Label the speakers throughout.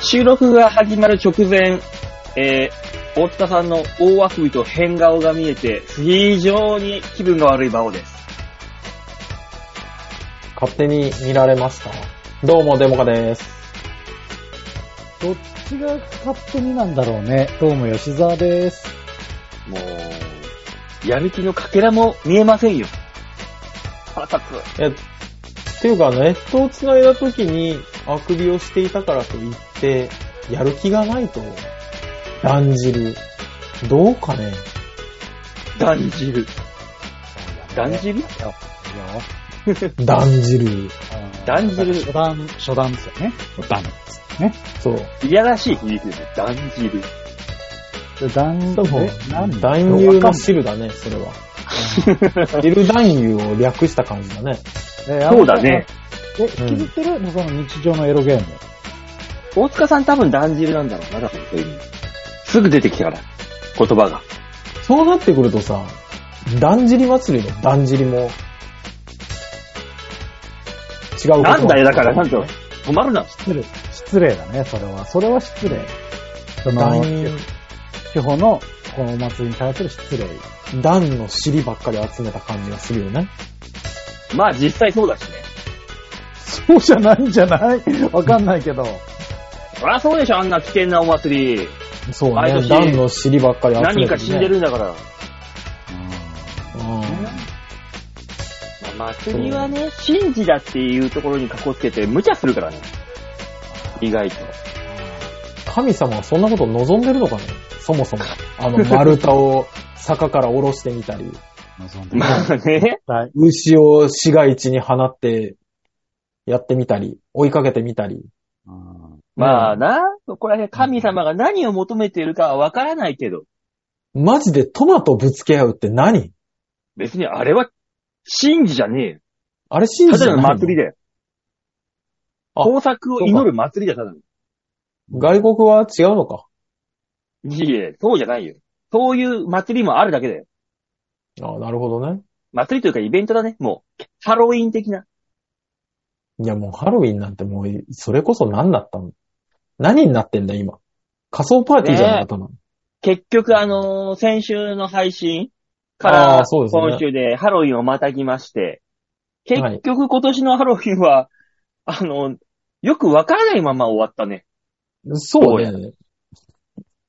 Speaker 1: 収録が始まる直前、えー、太田さんの大あくびと変顔が見えて、非常に気分が悪い馬王です。
Speaker 2: 勝手に見られました。どうも、デモカです。
Speaker 3: どっちが勝手になんだろうね。どうも吉沢です。
Speaker 1: もう、闇気のかけらも見えませんよ。腹立つ。
Speaker 2: え、っていうか、ネットを繋いだ時に、あくびをしていたからといって、やる気がないと、断じる。どう かね
Speaker 1: 断じる。断じる
Speaker 3: いや、いいよ。
Speaker 2: 断じる。
Speaker 3: うん
Speaker 1: 断じる
Speaker 3: 初段、初段ですよね。段ですよね。
Speaker 2: そう。
Speaker 1: いやらしい響きですね。断じる。
Speaker 3: で段
Speaker 2: でも
Speaker 3: え何
Speaker 2: 男優の汁だね、それは。汁男優を略した感じだね。
Speaker 3: そ
Speaker 1: そうだね。。
Speaker 3: え、引きずってるのその日常のエロゲーム。
Speaker 1: 大塚さん多分断じるなんだろうな、だからそういう意味すぐ出てきたから、言葉が。
Speaker 2: そうなってくるとさ、断じり祭りの断じりも、違うこと
Speaker 1: なんだよ、だから、なんと、止まるな。
Speaker 3: 失礼。失礼だね、それは。それは失礼。その、
Speaker 2: 断優
Speaker 3: 地方の、このお祭りに対する失礼。
Speaker 2: 段の尻ばっかり集めた感じがするよね。
Speaker 1: まあ実際そうだしね。
Speaker 3: そうじゃないんじゃないわかんないけど。
Speaker 1: そりゃそうでしょ、あんな危険なお祭り。
Speaker 2: そう
Speaker 1: 毎
Speaker 2: ね。
Speaker 1: 年
Speaker 2: 段の尻ばっかり集めて、
Speaker 1: 何
Speaker 2: ね。
Speaker 1: 人か死んでるんだから。
Speaker 2: う
Speaker 1: まあ祭りはね、神事だっていうところにかこつけて無茶するからね。意外と。
Speaker 2: ん。神様はそんなこと望んでるのかねそもそも。あの、丸太を坂から下ろしてみたり、
Speaker 3: 望んで
Speaker 1: まあね。
Speaker 3: ない。
Speaker 2: 牛を市街地に放ってやってみたり、追いかけてみたり。
Speaker 3: うん
Speaker 1: まあな、ここら辺神様が何を求めているかはわからないけど、
Speaker 2: マジでトマトぶつけ合うって何
Speaker 1: 別にあれは神事じゃねえよ。
Speaker 2: あれ信
Speaker 1: た
Speaker 2: じて
Speaker 1: だ
Speaker 2: ない
Speaker 1: の祭りだよ。
Speaker 2: あ
Speaker 1: 豊作を祈る祭りだ、ただの。
Speaker 2: 外国は違うのか。
Speaker 1: いいえ、そうじゃないよ。そういう祭りもあるだけだよ。
Speaker 2: ああ、なるほどね。
Speaker 1: 祭りというかイベントだね、もう。ハロウィン的な。
Speaker 2: いやもうハロウィンなんてもう、それこそ何だったの何になってんだ今。仮想パーティーじゃなかったの、
Speaker 1: 結局、あのー先週の配信か
Speaker 2: あ
Speaker 1: ら、
Speaker 2: ーそうですね
Speaker 1: 今週でハロウィンをまたぎまして、
Speaker 2: は
Speaker 1: 結
Speaker 2: い
Speaker 1: 局今年のハロウィンは、あのーよくわからないまま終わったね。
Speaker 2: そうね。
Speaker 1: うん。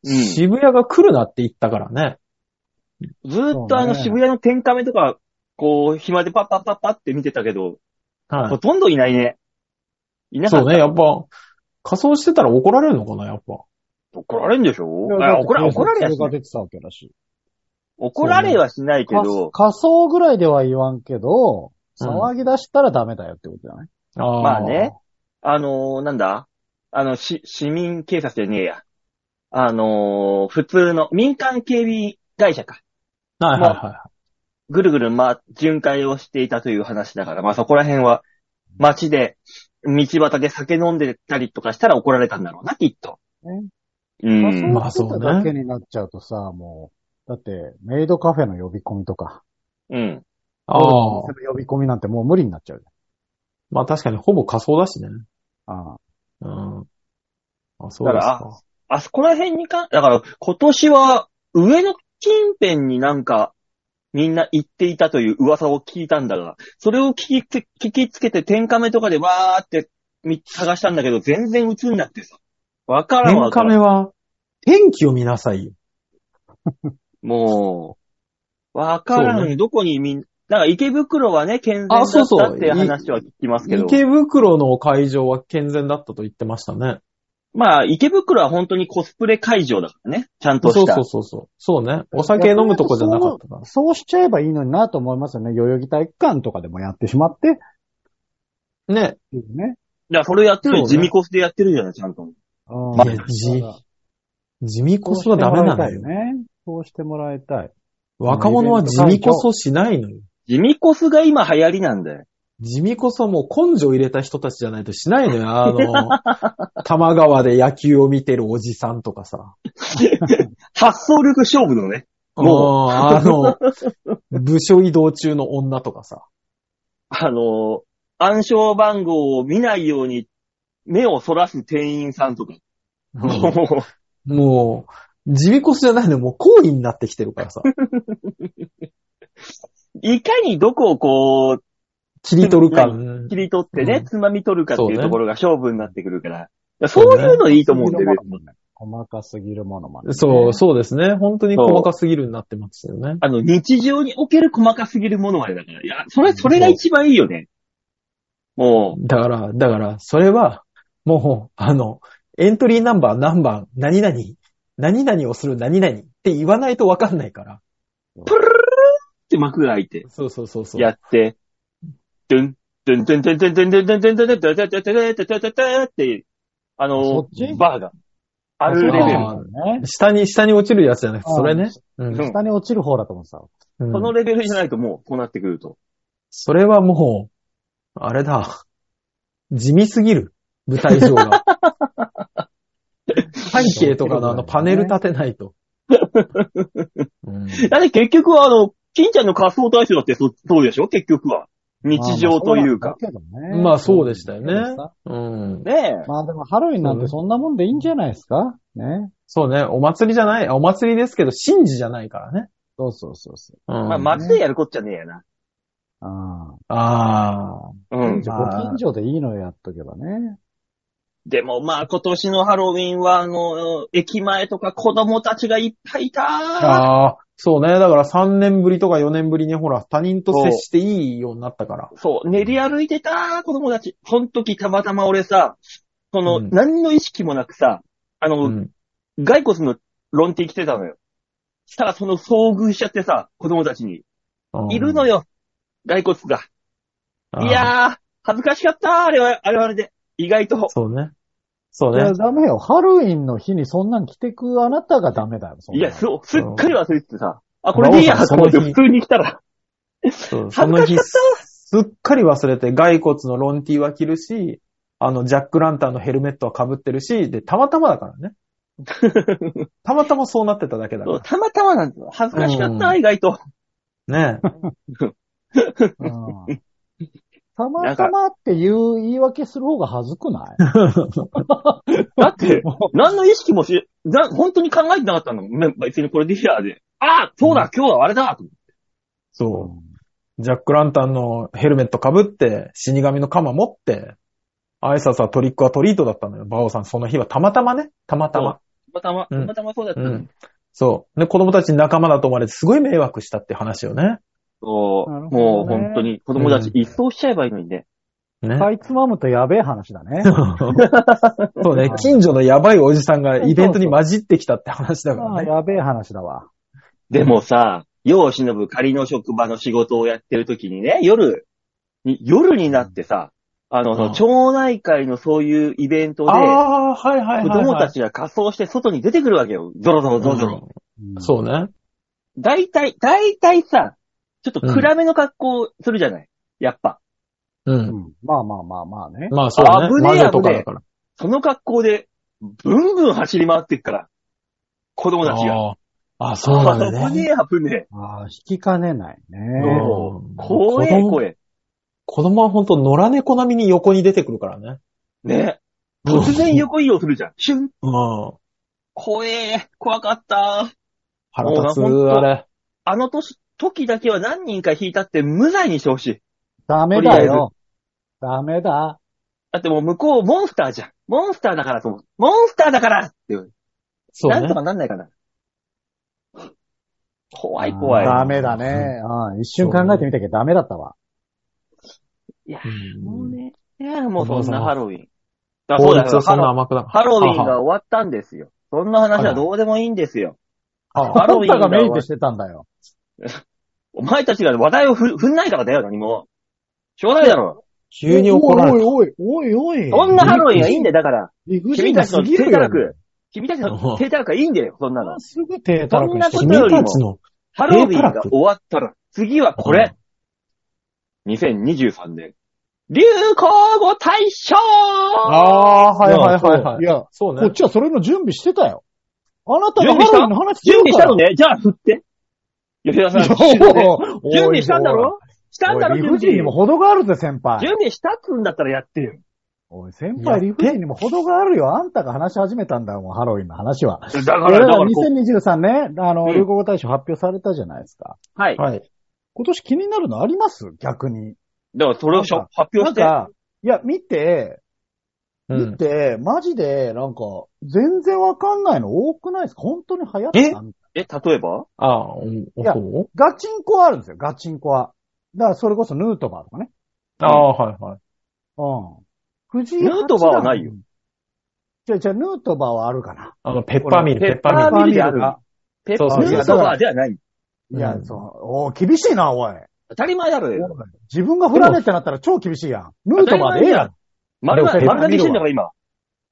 Speaker 1: ず
Speaker 2: 渋谷が来るなって言ったからね。
Speaker 1: ーっとあの
Speaker 3: そうね
Speaker 1: 渋谷の天カメとか、こう、暇でパッパッパッパって見てたけど、
Speaker 2: は。
Speaker 1: ほとんどいないね。いないかっ
Speaker 2: そ
Speaker 1: た。
Speaker 2: うね、やっぱ、仮装してたら怒られるのかな、やっぱ。
Speaker 1: 怒られんでしょあ怒ら、怒られやし
Speaker 3: が
Speaker 1: ない。
Speaker 3: 出てたわけだし。
Speaker 1: 怒られはしないけど、
Speaker 3: 仮想ぐらいでは言わんけど、
Speaker 2: うん
Speaker 3: 騒ぎ出したらダメだよってことじゃない、
Speaker 2: あー
Speaker 1: まあね。あのー、なんだあの、し、市民警察じゃねえや。あのー、普通の民間警備会社か。
Speaker 2: はいはいはい。
Speaker 1: ぐるぐる、ま、巡回をしていたという話だから、まあ、そこら辺は、街で、道端で酒飲んでたりとかしたら怒られたんだろうな、きっと。
Speaker 3: ね
Speaker 1: う
Speaker 3: 仮
Speaker 1: ん。
Speaker 2: ま
Speaker 3: 装
Speaker 2: あ
Speaker 3: して
Speaker 2: そう
Speaker 3: た
Speaker 2: ね
Speaker 3: だけになっちゃうとさ、もう、だって、メイドカフェの呼び込みとか、
Speaker 1: うん。
Speaker 2: ああ
Speaker 3: お。店の呼び込みなんてもう無理になっちゃうじ
Speaker 2: まあ確かにほぼ仮装だしね。
Speaker 3: ゃん。ああ
Speaker 2: うん。あ、そうです
Speaker 1: だから
Speaker 2: か。
Speaker 1: あそこら辺にか、だから、今年は、上の近辺になんか、みんな行っていたという噂を聞いたんだが、それを聞きつ聞きつけて、天カメとかでわーって見探したんだけど、全然映んなくてさ。わからんわ
Speaker 2: 天
Speaker 1: か
Speaker 2: カ
Speaker 1: ら
Speaker 2: メ
Speaker 1: ん。
Speaker 2: は、天気を見なさいよ。
Speaker 1: もう、わから、
Speaker 2: そうん
Speaker 1: どこにみん、だから池袋はね、健全だっ
Speaker 2: あそうそう
Speaker 1: たって話は聞きますけど、
Speaker 2: 池袋の会場は健全だったと言ってましたね。
Speaker 1: まあ、池袋は本当にコスプレ会場だからね、ちゃんと
Speaker 2: そ
Speaker 1: し
Speaker 2: う
Speaker 1: た。
Speaker 2: そうそうそう。そうね。お酒飲むとこじゃなかったから。
Speaker 3: そうしちゃえばいいのになと思いますよね。代々木体育館とかでもやってしまって、っ
Speaker 2: ね。
Speaker 3: ていうね。
Speaker 1: だからそれやってるよ、
Speaker 2: そう
Speaker 1: 地
Speaker 2: ね
Speaker 1: 味コスでやってるじゃない、ちゃんと。
Speaker 3: うん
Speaker 2: まあじ地味こそはダメなのよ。
Speaker 3: ね。そうしてもらいたい。
Speaker 2: 若者は地味こそしないのよ。
Speaker 1: 地味コスが今流行りなんだよ。
Speaker 2: 地味こそもう根性入れた人たちじゃないとしないのよ。あの、玉川で野球を見てるおじさんとかさ。
Speaker 1: 発想力勝負のね。も
Speaker 2: もう、あの、部署移動中の女とかさ。
Speaker 1: あのー、暗証番号を見ないように目を逸らす店員さんとか。
Speaker 3: うん
Speaker 2: もう、地味こすじゃないの、もう行為になってきてるからさ。
Speaker 1: いかにどこをこう、
Speaker 2: 切り取るか。
Speaker 1: 切り取ってね、
Speaker 2: うん
Speaker 1: つまみ取るかって
Speaker 2: そう
Speaker 1: いう
Speaker 2: ね
Speaker 1: ところが勝負になってくるから。そういうのいいと思うんで、
Speaker 3: そうね
Speaker 1: 別に
Speaker 3: 細かすぎるものまで、
Speaker 2: そう、そうですね。本当に細かすぎるになってますよね。
Speaker 1: あの、日常における細かすぎるものまでだから。いや、それ、それが一番いいよね。も
Speaker 2: だから、だから、それは、もう、あの、エントリーナンバー何番、何々、何々をする何々って言わないとわかんないから。
Speaker 1: う、プルルルルって幕が開いて、
Speaker 2: そうそうそうそう。
Speaker 1: やって、ドゥン、ドゥン、ドゥン、ドゥン、ドゥン、ドゥン、ドゥン、ドゥン、ドゥン、ドゥン、ドゥン、ドゥン、ドゥン、ドゥン、ドゥン、ドゥン、ドゥン、ドゥン、って、あ
Speaker 3: そ
Speaker 1: の
Speaker 3: っち、
Speaker 1: バーが、あるレベル。
Speaker 2: あ下に、下に落ちるやつじゃなくて、それね。うん
Speaker 1: うん
Speaker 3: 下に落ちる方だと思ってた。
Speaker 2: うん
Speaker 1: このレベルじゃないともう、こうなってくると。
Speaker 2: それはもう、あれだ。地味すぎる。舞台上 が。背景とかのあのパネル立てないと。うん
Speaker 1: だって結局は、あの、金ちゃんの仮想対象だってそ、そうでしょ結局は。日常というか。
Speaker 3: まあ。まあそうな
Speaker 2: まあそう
Speaker 3: んだけどね
Speaker 2: でしたよね
Speaker 3: そうですか
Speaker 2: うん
Speaker 1: ねえ。
Speaker 3: まあでもハロウィンなんてそんなもんでいいんじゃないですかね。
Speaker 2: そうね、お祭りじゃない、お祭りですけど、神事じゃないからね。
Speaker 3: そうそうそうそう。
Speaker 2: うん
Speaker 1: まあ、街でやるこっちゃねえやな。
Speaker 3: あ
Speaker 2: あ
Speaker 1: う
Speaker 3: あ。
Speaker 1: ん
Speaker 3: じ。ゃあご近所でいいのやっとけばね。
Speaker 1: でもまあ今年のハロウィンはあの、駅前とか子供たちがいっぱいいた
Speaker 2: あ。
Speaker 1: ー
Speaker 2: ああ。そうね。だから3年ぶりとか4年ぶりにほら、他人と接していいようになったから。
Speaker 1: そう、練り歩いてたー子供たち。その時たまたま俺さ、その、
Speaker 2: うん
Speaker 1: 何の意識もなくさ、あの、
Speaker 2: うん
Speaker 1: 骸骨のロンティ着てたのよ。したらその遭遇しちゃってさ、子供たちに。いるのよ、骸骨が。い、
Speaker 2: うんあ
Speaker 1: やー、恥ずかしかったーあれは、あれはあれで。意外と
Speaker 2: あ。そうね。そう
Speaker 3: いや、
Speaker 2: ね。
Speaker 3: ダメよ。ハロウィンの日にそんなん着てくあなたがダメだよ。そん
Speaker 1: い
Speaker 3: なの
Speaker 1: や、す、すっかり忘れててさ。あ、これでいいや
Speaker 2: 馬王
Speaker 1: と
Speaker 2: さん
Speaker 1: 思って
Speaker 2: その
Speaker 1: 普
Speaker 2: 日
Speaker 1: 通に来たら。
Speaker 2: そうそ
Speaker 1: 恥ず
Speaker 2: の
Speaker 1: かし
Speaker 2: 日、
Speaker 1: かっ
Speaker 2: すっかり忘れて、骸骨のロンティーは着るし、あの、ジャックランタンのヘルメットは被ってるし、で、たまたまだからね。 たまたまそうなってただけだ
Speaker 1: そう
Speaker 2: か
Speaker 1: たまたまなんですよ。恥ずかしかった、
Speaker 2: う
Speaker 1: 意外と。
Speaker 2: ら。ね
Speaker 3: うんたまたまっていう言い訳する方が恥ずくない
Speaker 1: だって、
Speaker 3: も
Speaker 1: 何の意識もし、な本当に考えてなかったの。ね別にこれでいいやで。ああそうだ、
Speaker 2: う
Speaker 1: 今日はあれだと思って
Speaker 2: そう。
Speaker 3: う
Speaker 2: ジャックランタンのヘルメット被って、死神の鎌持って、挨拶はトリックはトリートだったのよ。バオさん、その日はたまたまね。たまたま。
Speaker 1: たまた
Speaker 2: う
Speaker 1: ま、
Speaker 2: ん
Speaker 1: たまたまそうだった
Speaker 2: う
Speaker 1: の。
Speaker 2: ん。そう。で、子供たちに仲間だと思われて、すごい迷惑したって話よね。
Speaker 1: そう、
Speaker 3: なるほどね
Speaker 1: もう本当に子供たち一掃しちゃえばいいのにね。
Speaker 2: ね。
Speaker 3: かいつまむとやべえ話だね。
Speaker 2: そうね、近所のやばいおじさんがイベントに混じってきたって話だか
Speaker 3: あ
Speaker 2: ら
Speaker 3: あ
Speaker 2: ね。
Speaker 3: やべえ話だわ。
Speaker 1: でもさ、世を忍ぶ仮の職場の仕事をやってる時にね、夜に、夜になってさ、あの、その
Speaker 2: うん
Speaker 1: 町内会のそういうイベントで、
Speaker 2: ああー、はいはいはい、
Speaker 1: 子
Speaker 2: はい。
Speaker 1: 供たちが仮装して外に出てくるわけよ。ゾロゾロゾロゾロ。
Speaker 2: うんそうね。
Speaker 1: 大体、大体さ、ちょっと暗めの格好をするじゃない、やっぱ。
Speaker 2: う。
Speaker 3: うんん。まあまあまあまあね。
Speaker 2: まあそうね。
Speaker 1: 危ねえ
Speaker 2: 魔女とかだから。
Speaker 1: その格好で、ブンブン走り回ってっから。子供たちが。
Speaker 2: あーあ、そうなんだ
Speaker 1: あ危
Speaker 2: ね。
Speaker 1: ねえ、危ねえ。
Speaker 3: ああ、引きかねないね。
Speaker 2: うん
Speaker 1: 怖え、
Speaker 2: 子供
Speaker 1: 怖え。
Speaker 2: 子供は本当野良猫並みに横に出てくるからね。
Speaker 1: ね突然横移動するじゃん。シュン。
Speaker 2: うん。
Speaker 1: 怖え、怖かった。
Speaker 2: 腹立つ、
Speaker 1: もうな
Speaker 2: あれ。
Speaker 1: あの年、時だけは何人か引いたって無罪にしてほしい。
Speaker 3: ダメだよ。ダメだ。
Speaker 1: だってもう向こうモンスターじゃん。モンスターだからと思う。モンスターだからっていう。
Speaker 2: そう
Speaker 1: なん
Speaker 2: ね
Speaker 1: と。かなんないかな。怖い怖い。
Speaker 3: ダメだね。うん。一瞬考えてみたけどダメだったわ。
Speaker 1: もう
Speaker 2: うん
Speaker 1: ね。いや、もうそんなハロウィン。あそ
Speaker 2: 法
Speaker 1: うだ
Speaker 2: 律
Speaker 1: よ
Speaker 2: はそ
Speaker 1: ハ
Speaker 2: んな
Speaker 1: ロ
Speaker 2: 甘くな
Speaker 1: ハロウィンが終わったんですよ。そんな話はどうでもいいんですよ。ハロウィン
Speaker 3: あんたがメイクしてたんだよ。
Speaker 1: お前たちが話題をふ振んないからだよ、何も。しょうがないだろ。
Speaker 2: 急に怒られた。
Speaker 3: おいおいおいおい
Speaker 1: そ
Speaker 3: おい。
Speaker 1: んなハロウィンはいいんだよ、だから。
Speaker 3: 理不尽
Speaker 1: 君たち
Speaker 3: す
Speaker 1: の
Speaker 3: ぎ
Speaker 1: 低
Speaker 3: る
Speaker 1: た
Speaker 3: よ
Speaker 1: ら。く。君たちの低たらくはいいんだよ、そんなの。
Speaker 3: すぐ手たらくして
Speaker 1: そん
Speaker 3: る
Speaker 1: なこ
Speaker 2: 君たちの、
Speaker 1: ハロウィンが終わったら、次はこれ。2023年。流行語大賞
Speaker 2: ああー、はいはいはいはいい。
Speaker 3: や、
Speaker 2: そう
Speaker 3: こっ
Speaker 2: ね。
Speaker 3: ちはそれの準備してたよ。あなたがハロウィンの話して
Speaker 1: 準
Speaker 3: る
Speaker 1: 備し
Speaker 3: か
Speaker 1: た
Speaker 3: ら
Speaker 1: の。ねじゃあ振って。吉田さん、
Speaker 3: おお
Speaker 1: 準備したんだろしたんだろ
Speaker 3: おい
Speaker 1: 準
Speaker 3: 理
Speaker 1: 備。
Speaker 3: 不尽にも程があるぜ、先輩。
Speaker 1: 準備したっつうんだったらやってよ。
Speaker 3: おい、先輩理不尽にも程があるよ。あんたが話し始めたんだもん、ハロウィンの話は。
Speaker 1: だから、
Speaker 3: 俺
Speaker 1: だかららこう、
Speaker 3: 2023ね、あ
Speaker 1: う
Speaker 3: の、
Speaker 1: ん
Speaker 3: 流行語大賞発表されたじゃないですか。
Speaker 1: はい。
Speaker 2: はい。
Speaker 3: 今年気になるのあります逆に。
Speaker 1: だから、それをしょ
Speaker 3: なん
Speaker 1: 発表
Speaker 3: な
Speaker 1: し
Speaker 3: ん
Speaker 1: て。
Speaker 3: か、いや、見て、
Speaker 2: う
Speaker 3: 見
Speaker 2: ん。
Speaker 3: て、マジで、なんか、全然わかんないの多くないですか本当に流行ってたみたい
Speaker 1: え、例えば
Speaker 2: ああ、うん、
Speaker 3: いや
Speaker 2: そう
Speaker 3: ガチンコはあるんですよ、ガチンコは。だから、それこそヌートバーとかね。
Speaker 2: ああ、はいはい。
Speaker 3: うん。藤井
Speaker 1: ヌートバーはないよ。
Speaker 3: じゃじゃヌートバーはあるかな。
Speaker 2: あの、ペッパーミル、ペッパ
Speaker 1: ペッパー
Speaker 2: ーミル。
Speaker 1: ミルである
Speaker 3: が
Speaker 1: ペッ
Speaker 2: そう
Speaker 1: パ
Speaker 2: そう
Speaker 1: ーミルソバーではない。
Speaker 3: いや
Speaker 2: う、ん
Speaker 3: そう。おー厳しいな、おい。
Speaker 1: 当たり前だろよ。
Speaker 3: 自分が振られってなったら超厳しいやん。ヌートバーでええやん。
Speaker 1: 丸が、
Speaker 2: でも
Speaker 1: 丸ができてんだから、今。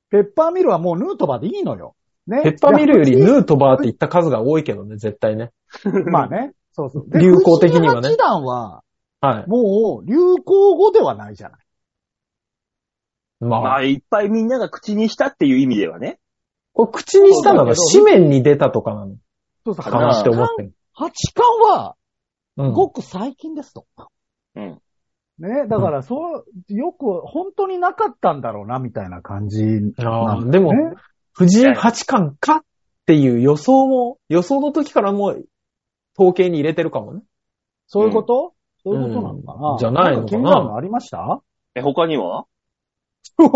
Speaker 3: ペッパーミルはもうヌートバーでいいのよ。ね。
Speaker 2: ペッパーミルより
Speaker 3: ー
Speaker 2: ヌートバーって言った数が多いけどね、絶対ね。
Speaker 3: まあね。そうそう。
Speaker 2: 流行的にはね
Speaker 3: 藤井八段は、
Speaker 2: はい。
Speaker 3: もう流行語ではないじゃない。
Speaker 2: ま
Speaker 1: ま
Speaker 2: あ、
Speaker 1: あ、いっぱいみんなが口にしたっていう意味ではね。
Speaker 2: これ口にしたのが紙面に出たとかなの
Speaker 3: そうそ
Speaker 1: か
Speaker 2: か
Speaker 1: な
Speaker 2: な
Speaker 1: っ
Speaker 2: ってて
Speaker 3: 思
Speaker 2: 思
Speaker 3: っ
Speaker 2: ってて
Speaker 3: 八冠は、
Speaker 2: うん。
Speaker 3: ごく最近ですと。
Speaker 1: うん。
Speaker 3: ね。だから、そう、よく、本当になかったんだろうな、みたいな感じなん
Speaker 2: ああ、
Speaker 3: ね
Speaker 2: でも、藤井八冠かっていう予想も、予想の時からもう統計に入れてるかもね。
Speaker 3: そういうこと、そういうことなのかな、
Speaker 2: うんじゃないのかなん
Speaker 3: 気になるのありました
Speaker 1: え、他には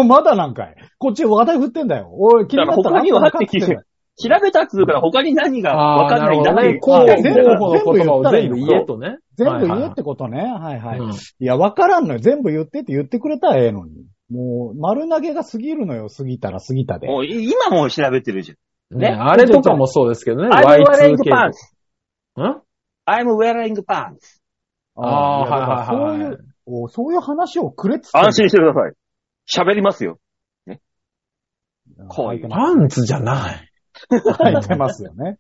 Speaker 3: まだなんかい。こっち話題振ってんだよ。おい、気になった
Speaker 1: だから他には
Speaker 3: なんかって聞いてんだよ
Speaker 1: 調べたっつうから他に何がわかんないんだっていう。
Speaker 2: 候補
Speaker 3: あ
Speaker 2: の
Speaker 3: ーなるほど
Speaker 1: だから
Speaker 3: ねこ
Speaker 2: 言葉を全部言えとね。
Speaker 3: 全部
Speaker 2: はいはい
Speaker 3: 言えってことね。はいはい。
Speaker 2: うん
Speaker 3: いや、わからんのよ。全部言ってって言ってくれたらええのに。もう、丸投げが過ぎるのよ。過ぎたら過ぎたで。
Speaker 1: もうい今もう調べてるじね
Speaker 2: ね、あれとかもそうですけどね。
Speaker 1: ゃん。I'm wearing
Speaker 2: Y2K とか
Speaker 1: pants. I'm wearing pants.
Speaker 2: ああ、はい
Speaker 3: いやだから
Speaker 2: はい
Speaker 3: そう。、
Speaker 2: はいいう
Speaker 3: おそういう話をくれっつってんだよ。
Speaker 1: 安心してください。喋りますよ。
Speaker 3: うん
Speaker 1: こういう
Speaker 2: パンツじゃない。
Speaker 3: 入ってますよね。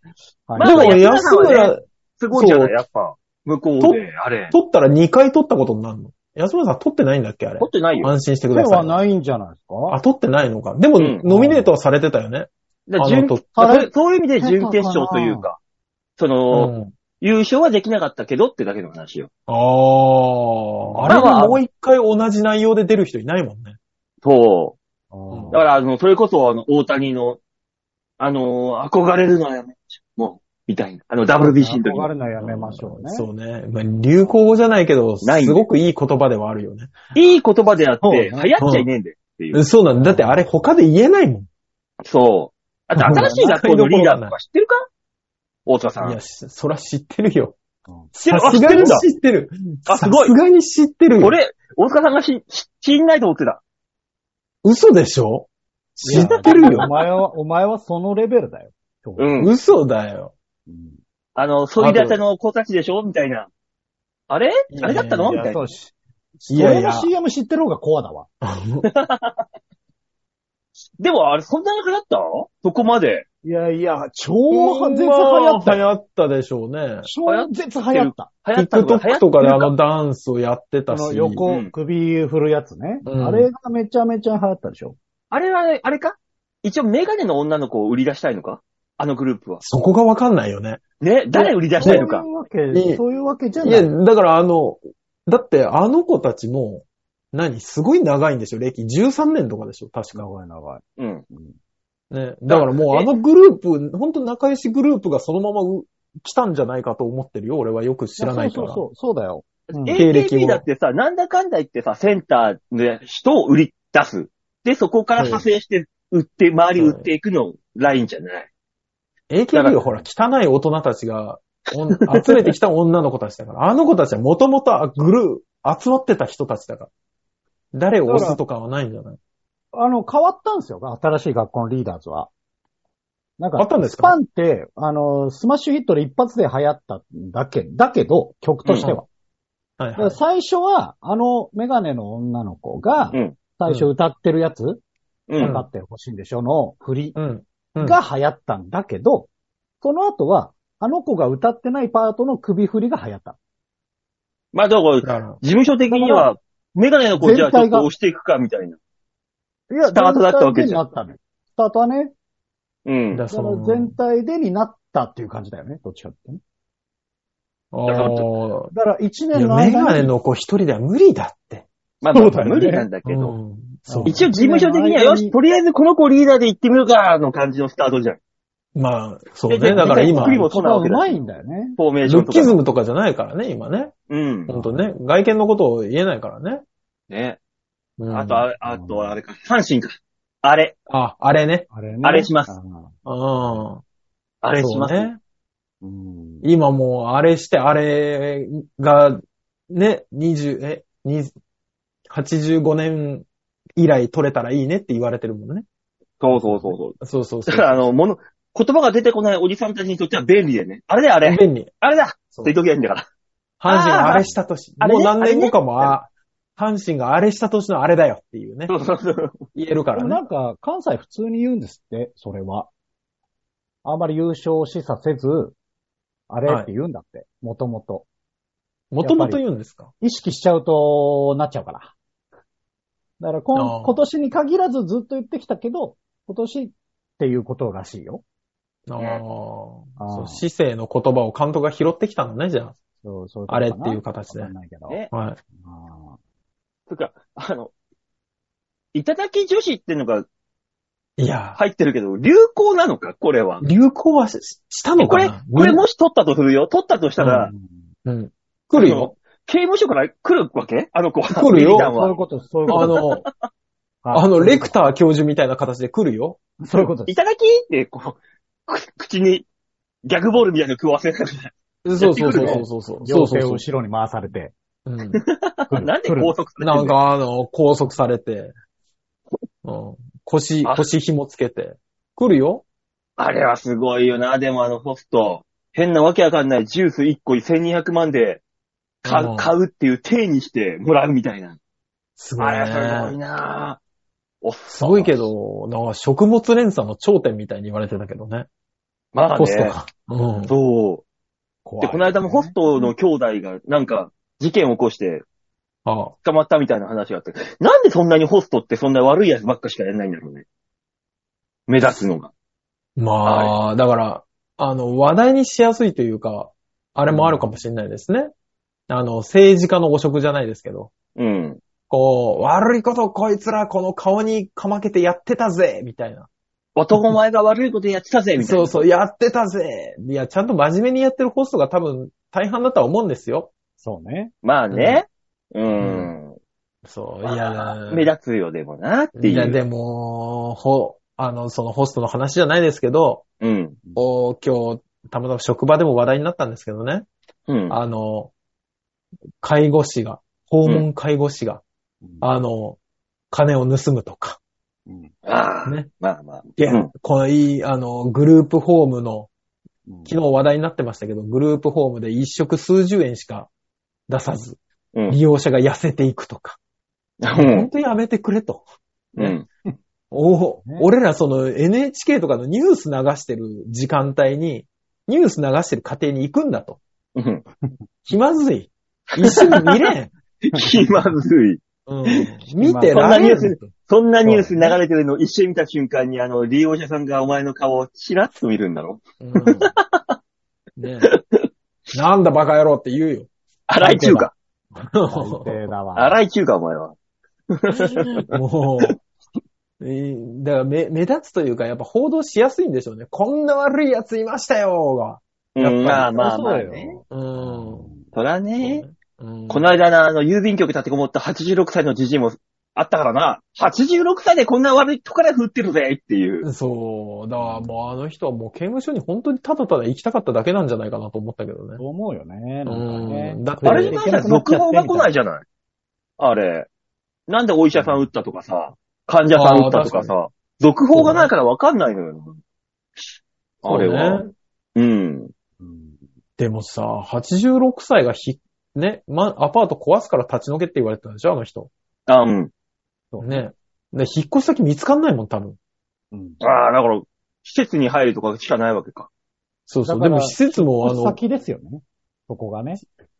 Speaker 3: は
Speaker 1: ま
Speaker 3: い
Speaker 1: あ
Speaker 2: でも
Speaker 1: 安村さん
Speaker 2: 安
Speaker 1: はね
Speaker 2: 村、
Speaker 1: すごいじゃない、やっぱ。向こうで、あれ。
Speaker 2: 取ったら2回取ったことになるの。安村さん取ってないんだっけあれ
Speaker 1: 取。ってないよ。
Speaker 2: 安心してく
Speaker 3: で
Speaker 2: ださ。
Speaker 3: はいないんじゃないですか
Speaker 2: あ、取ってないのか。でも、
Speaker 1: うん
Speaker 2: ノミネートはされてたよね。
Speaker 1: だから
Speaker 2: あの
Speaker 1: 準
Speaker 2: と
Speaker 1: だからそうそういう意味で準決勝というか、その、
Speaker 2: うん
Speaker 1: 優勝はできなかったけどってだけの話よ。
Speaker 2: ああ。
Speaker 1: あ
Speaker 2: あ
Speaker 1: れ
Speaker 2: れ
Speaker 1: は
Speaker 2: はもう一回同じ内容で出る人いないもんね。
Speaker 1: そ
Speaker 3: あ
Speaker 1: う。
Speaker 3: ー
Speaker 1: だから、あの、それこそ、あの、大谷の、あのー憧れるのはやめましょうもう、みたいな。あの、WBC の時
Speaker 3: 憧
Speaker 1: の
Speaker 3: れるのやめましょうね。
Speaker 2: そうね。まあ、流行語じゃないけど、
Speaker 1: ない
Speaker 2: すごくいい言葉ではあるよね。
Speaker 1: いい言葉であって、
Speaker 3: そう
Speaker 1: 流
Speaker 3: ね
Speaker 1: 行っちゃいねえんだよっていう。
Speaker 2: そうなんだ。だってあれ他で言えないもん。
Speaker 1: そう。あと、新しい学校のリーダーとか知ってるか大塚さ
Speaker 2: い
Speaker 1: ん
Speaker 2: や、。しそら知ってるよ。
Speaker 1: 知って
Speaker 2: さ
Speaker 1: るあ
Speaker 2: すが
Speaker 1: 知ってるん
Speaker 2: に
Speaker 1: だ
Speaker 2: 知ってる。
Speaker 1: あすごい
Speaker 2: さすがに知ってるよ。
Speaker 1: 俺、大塚さんがし、し知んないと思ってた。
Speaker 2: 嘘でしょ知ってる
Speaker 3: いやお
Speaker 2: よ。
Speaker 3: 前は、お前はそのレベルだよ。
Speaker 1: うん。
Speaker 2: 嘘だよ。
Speaker 3: うん
Speaker 1: あの、そういだての子たちでしょみたいな。あれ
Speaker 2: いやいやいや
Speaker 1: あれだったのみたいな。
Speaker 3: そうし。
Speaker 2: いやいや
Speaker 3: 俺の CM 知ってる方がコアだわ。
Speaker 1: でも、あれ、そんなに流行ったそこまで。
Speaker 3: いやいや、超
Speaker 2: もう
Speaker 3: 絶流行った
Speaker 2: 流
Speaker 3: よ。
Speaker 2: 行ったでしょうね。
Speaker 3: 超絶流行った。
Speaker 1: 流行ったのが流行
Speaker 2: TikTok とかであのダンスをやって
Speaker 3: あ
Speaker 2: た
Speaker 3: の
Speaker 2: し。
Speaker 3: 横
Speaker 1: うん、
Speaker 3: 首振るやつね。
Speaker 2: うん
Speaker 3: あれがめちゃめちゃ流行ったでしょ。
Speaker 1: あれはね、あれか一応メガネの女の子を売り出したいのかあのグループは。
Speaker 2: そこがわかんないよね。
Speaker 1: ね誰売り出したいのか
Speaker 3: そういうわ
Speaker 2: い
Speaker 3: け、
Speaker 2: い
Speaker 3: そういうわけじゃ
Speaker 2: い
Speaker 3: な
Speaker 2: や、
Speaker 3: い。
Speaker 2: だからあの、だってあの子たちも、何すごい長いんですよ。歴13年とかでしょ確か。
Speaker 3: 長い長い。
Speaker 1: うん。
Speaker 2: ね。だからもうあのグループ、本当仲良しグループがそのままう来たんじゃないかと思ってるよ。俺はよく知らないか
Speaker 3: そう
Speaker 2: ら。
Speaker 3: そうそう、そうだよ。うん
Speaker 2: 経歴も
Speaker 1: AKB だってさ、なんだかんだ言ってさ、センターで人を売り出す。で、そこから派生して売って、周り売っていくのラインじゃない。
Speaker 2: AKB はほら、汚い大人たちが、おん 集めてきた女の子たちだから。あの子たちはもともとグルー、集まってた人たちだから。誰を押すとかはないんじゃない
Speaker 3: あの、変わったんですよ。新しい学校のリーダーズは。なんか、
Speaker 2: あったんです
Speaker 3: スパ
Speaker 2: か
Speaker 3: ンって、あの、スマッシュヒットで一発で流行ったんだけ、だけど、曲としては。
Speaker 2: はい
Speaker 3: だか
Speaker 2: は
Speaker 3: ら
Speaker 2: い。
Speaker 3: 最初は、あの、メガネの女の子が
Speaker 1: うん、
Speaker 3: 最初歌ってるやつ、
Speaker 1: う
Speaker 3: 分か
Speaker 1: ん。
Speaker 3: ってほしいんでしょの振り
Speaker 2: うん。うん
Speaker 3: が流行ったんだけど、その後は、あの子が歌ってないパートの首振りが流行った。
Speaker 1: まあ、だから、
Speaker 2: だから、
Speaker 1: 事務所的には、メガネの子じゃあちょっと押していくか、みたいな。
Speaker 3: いや、
Speaker 1: スタートだったわけじゃん
Speaker 3: 全体でになったのよスタートはね、
Speaker 1: う
Speaker 2: だ
Speaker 1: ん
Speaker 2: か。ら
Speaker 3: そ
Speaker 2: そ
Speaker 3: の
Speaker 2: の、
Speaker 3: 全体でになったっていう感じだよね、どっちかってね。
Speaker 2: あー
Speaker 3: だから一
Speaker 2: い
Speaker 3: 年
Speaker 2: や、
Speaker 3: の
Speaker 2: メガ
Speaker 3: 間
Speaker 2: ネ
Speaker 3: に、
Speaker 2: の子一人では無理だって。
Speaker 1: まあ、まあ無理なんだけど、
Speaker 2: うんそう
Speaker 1: 一応事務所的には、よし、とりあえずこの子リーダーで行ってみるか、の感じのスタートじゃん。
Speaker 2: まあ、そう
Speaker 1: で
Speaker 2: ね。だから
Speaker 1: で
Speaker 2: 今、
Speaker 1: 作りも
Speaker 2: ル
Speaker 1: そうなわけ
Speaker 3: う
Speaker 1: だ
Speaker 3: ま
Speaker 1: し。
Speaker 3: いんだよね。
Speaker 1: フォーメーション
Speaker 2: ッ
Speaker 1: とか
Speaker 2: キ。ズムとかじゃないからね、今ね。
Speaker 1: うん。
Speaker 2: 本当ね。外見のことを言えないからね。
Speaker 1: ね。
Speaker 2: うん
Speaker 1: あと、ああと、あれか。阪神か。あれ。
Speaker 2: あ、あれね。
Speaker 3: あれね。
Speaker 1: あれします
Speaker 3: あ
Speaker 2: うん。
Speaker 1: あれします。
Speaker 2: そうね。
Speaker 3: ーうん
Speaker 2: 今もう、あれして、あれが、ね、20、え、20 85年以来取れたらいいねって言われてるもんね。
Speaker 1: そうそうそうそう。
Speaker 2: そうそうそ
Speaker 1: だ
Speaker 2: う。
Speaker 1: から、あの、もの、言葉が出てこないおじさんたちにとっては便利でね。あれだよ、あれ。
Speaker 2: 便利。
Speaker 1: あれだって
Speaker 2: そう
Speaker 1: 言っときゃいいんだから。
Speaker 2: 阪神があれした年。
Speaker 1: あーあれ
Speaker 2: もう
Speaker 1: ね
Speaker 2: 何年後かも、あ、阪神があれした年のあれだよっていうね
Speaker 1: そ。うそうそう。
Speaker 2: 言えるか
Speaker 3: で
Speaker 2: ら
Speaker 3: も
Speaker 2: ね
Speaker 3: な。んか、関西普通に言うんですって、それは。あんまり優勝示唆せず、あれって言うんだって、もともと。
Speaker 2: もともと言うんですか
Speaker 3: 意識しちゃうと、なっちゃうから。だから
Speaker 2: あ
Speaker 3: 今、
Speaker 2: ー
Speaker 3: 今年に限らずずっと言ってきたけど、今年っていうことらしいよ。
Speaker 2: ああ。
Speaker 3: あー
Speaker 2: そう、市政の言葉を監督が拾ってきたのね、じゃ
Speaker 3: そうそういうことかな
Speaker 2: あれっていう形で
Speaker 3: わかんないけど。
Speaker 1: ね。
Speaker 2: あ。はい。
Speaker 3: あ
Speaker 1: つうか、あの、いただき女子ってのが
Speaker 2: いや
Speaker 1: 入ってるけど、流行なのかこれは
Speaker 2: ー、。流行はしした
Speaker 1: え
Speaker 2: の
Speaker 1: こ
Speaker 2: か
Speaker 1: れ
Speaker 2: な、
Speaker 1: これもし取ったとするよ。取ったとした
Speaker 3: ー
Speaker 1: ら
Speaker 3: う、ん
Speaker 2: うん。来る
Speaker 1: あ
Speaker 2: よ
Speaker 1: の。。刑務所から来るわけあの子は。
Speaker 2: 来るよ
Speaker 1: リーダー
Speaker 3: そういう
Speaker 1: は
Speaker 3: こと、そういうこ
Speaker 2: あ
Speaker 3: と。
Speaker 2: の、
Speaker 3: はい、
Speaker 2: あの、レクター教授みたいな形で来るよ。
Speaker 3: そういうことで
Speaker 1: い
Speaker 3: す。
Speaker 1: ただきって、こう、く口に、ギャグボールみたいなの食わせなが
Speaker 2: そうそうそうそうそうそう。そ
Speaker 3: 両
Speaker 2: うそう
Speaker 3: 手を
Speaker 2: そう。
Speaker 3: 後ろに回されて。
Speaker 2: うん、
Speaker 1: ら。なんで拘束されてんだ
Speaker 2: な
Speaker 1: よ
Speaker 2: んか、あの、拘束されて、うん、腰、
Speaker 1: あ
Speaker 2: 腰紐つけて、来るよ。
Speaker 1: あれはすごいよな。でもあのホスト、変なわけわかんないジュース1個1200万で、買
Speaker 2: うん
Speaker 1: う、買うっていう体にしてもらうみたいな。
Speaker 2: すごい
Speaker 1: あれはすごい
Speaker 2: ね。
Speaker 1: な
Speaker 2: すごいけど、なんか食物連鎖の頂点みたいに言われてたけどね。
Speaker 1: まあ
Speaker 2: コスト
Speaker 1: ね。
Speaker 2: か。うん。
Speaker 1: そう。
Speaker 3: 怖
Speaker 1: で、この間もホストの兄弟がなんか事件を起こして
Speaker 2: あ
Speaker 1: 捕まったみたいな話があって、なんでそんなにホストってそんな悪いやつばっかしかやらないんだろうね。目指すのが。
Speaker 2: まあ、だから、あの、話題にしやすいというか、あれもあるかもしれないですね。あの、政治家の汚職じゃないですけど。
Speaker 1: うん。
Speaker 2: こう、悪いことこいつらこの顔にかまけてやってたぜみたいな。
Speaker 1: 男前が悪いことやってたぜ、みたい
Speaker 2: そ
Speaker 1: な。
Speaker 2: うそう、やってたぜいや、ちゃんと真面目にやってるホストが多分大半だとは思うんですよ。
Speaker 3: そうね。
Speaker 1: まあね。うん。
Speaker 2: そう、い
Speaker 1: ま
Speaker 2: や
Speaker 1: あ、目立つよ、でもな、っていう。
Speaker 2: いや、でも、ほ、あの、そのホストの話じゃないですけど、
Speaker 1: うん。
Speaker 2: お今日、たまたま職場でも話題になったんですけどね。
Speaker 1: うん。
Speaker 2: あの、介護士が、訪問介護士が、あの、金を盗むとか、
Speaker 3: うん、
Speaker 1: ああ、
Speaker 2: ね
Speaker 1: まあまあ。
Speaker 2: いや、
Speaker 1: うん
Speaker 2: このいい、あの、グループホームの
Speaker 3: うん
Speaker 2: 昨日話題になってましたけど、グループホームで一食数十円しか出さず、
Speaker 1: うん。
Speaker 2: 利用者が痩せていくとか。本当にやめてくれと。
Speaker 1: うん。
Speaker 2: お
Speaker 3: ね
Speaker 2: 俺らその NHK とかのニュース流してる時間帯に、ニュース流してる家庭に行くんだと。
Speaker 1: うん。
Speaker 2: 気まずい。一緒に 見れん。
Speaker 1: 気まずい。
Speaker 2: うん、見てられんぞと。
Speaker 1: そんなニュース流れてるの一瞬見た瞬間に、あの、利用者さんがお前の顔をチラッと見るんだろ
Speaker 2: うんねえなんだバカ野郎って言うよ。
Speaker 1: 荒井中華。
Speaker 3: 最低だわ。
Speaker 1: 荒井中華、お前は。
Speaker 2: もう、えーだから目目立つというか、やっぱ報道しやすいんでしょうね。こんな悪い奴いましたよ
Speaker 1: う
Speaker 2: やっぱ
Speaker 1: ん、
Speaker 2: り
Speaker 1: まあまあ
Speaker 3: そう
Speaker 1: まあ
Speaker 3: だよ
Speaker 1: ね。
Speaker 2: が。う。
Speaker 3: うん
Speaker 1: そら
Speaker 2: え
Speaker 1: ね。
Speaker 2: うん、
Speaker 1: この間のあの、郵便局立てこもった86歳のじじいもあったからな。86歳でこんな悪いとこから振ってるぜっていう。
Speaker 2: そう。だからもうあの人はもう刑務所に本当にただただ行きたかっただけなんじゃないかなと思ったけどね。
Speaker 3: そう思うよね。なんかね
Speaker 2: うんだって
Speaker 1: あれに関しては続報が来ないじゃないあれ。なんでお医者さん打ったとかさ、患者さん打ったとかさ、続報がないからわかんないのよ。あれは。,、
Speaker 2: そうね。
Speaker 1: ん。
Speaker 3: うん
Speaker 2: でもさ、86歳がひ、ね、ま、アパート壊すから立ち退けって言われてたんでしょ、あの人。
Speaker 1: あ、うん。
Speaker 3: そう
Speaker 2: ね。で、引っ越し先見つかんないもん、多分。
Speaker 3: うん
Speaker 1: ああ、だから、施設に入るとかしかないわけか。
Speaker 2: そうそう。
Speaker 3: だ
Speaker 2: で
Speaker 3: から
Speaker 2: も施設もあの、
Speaker 3: 先ですよね。そこがね。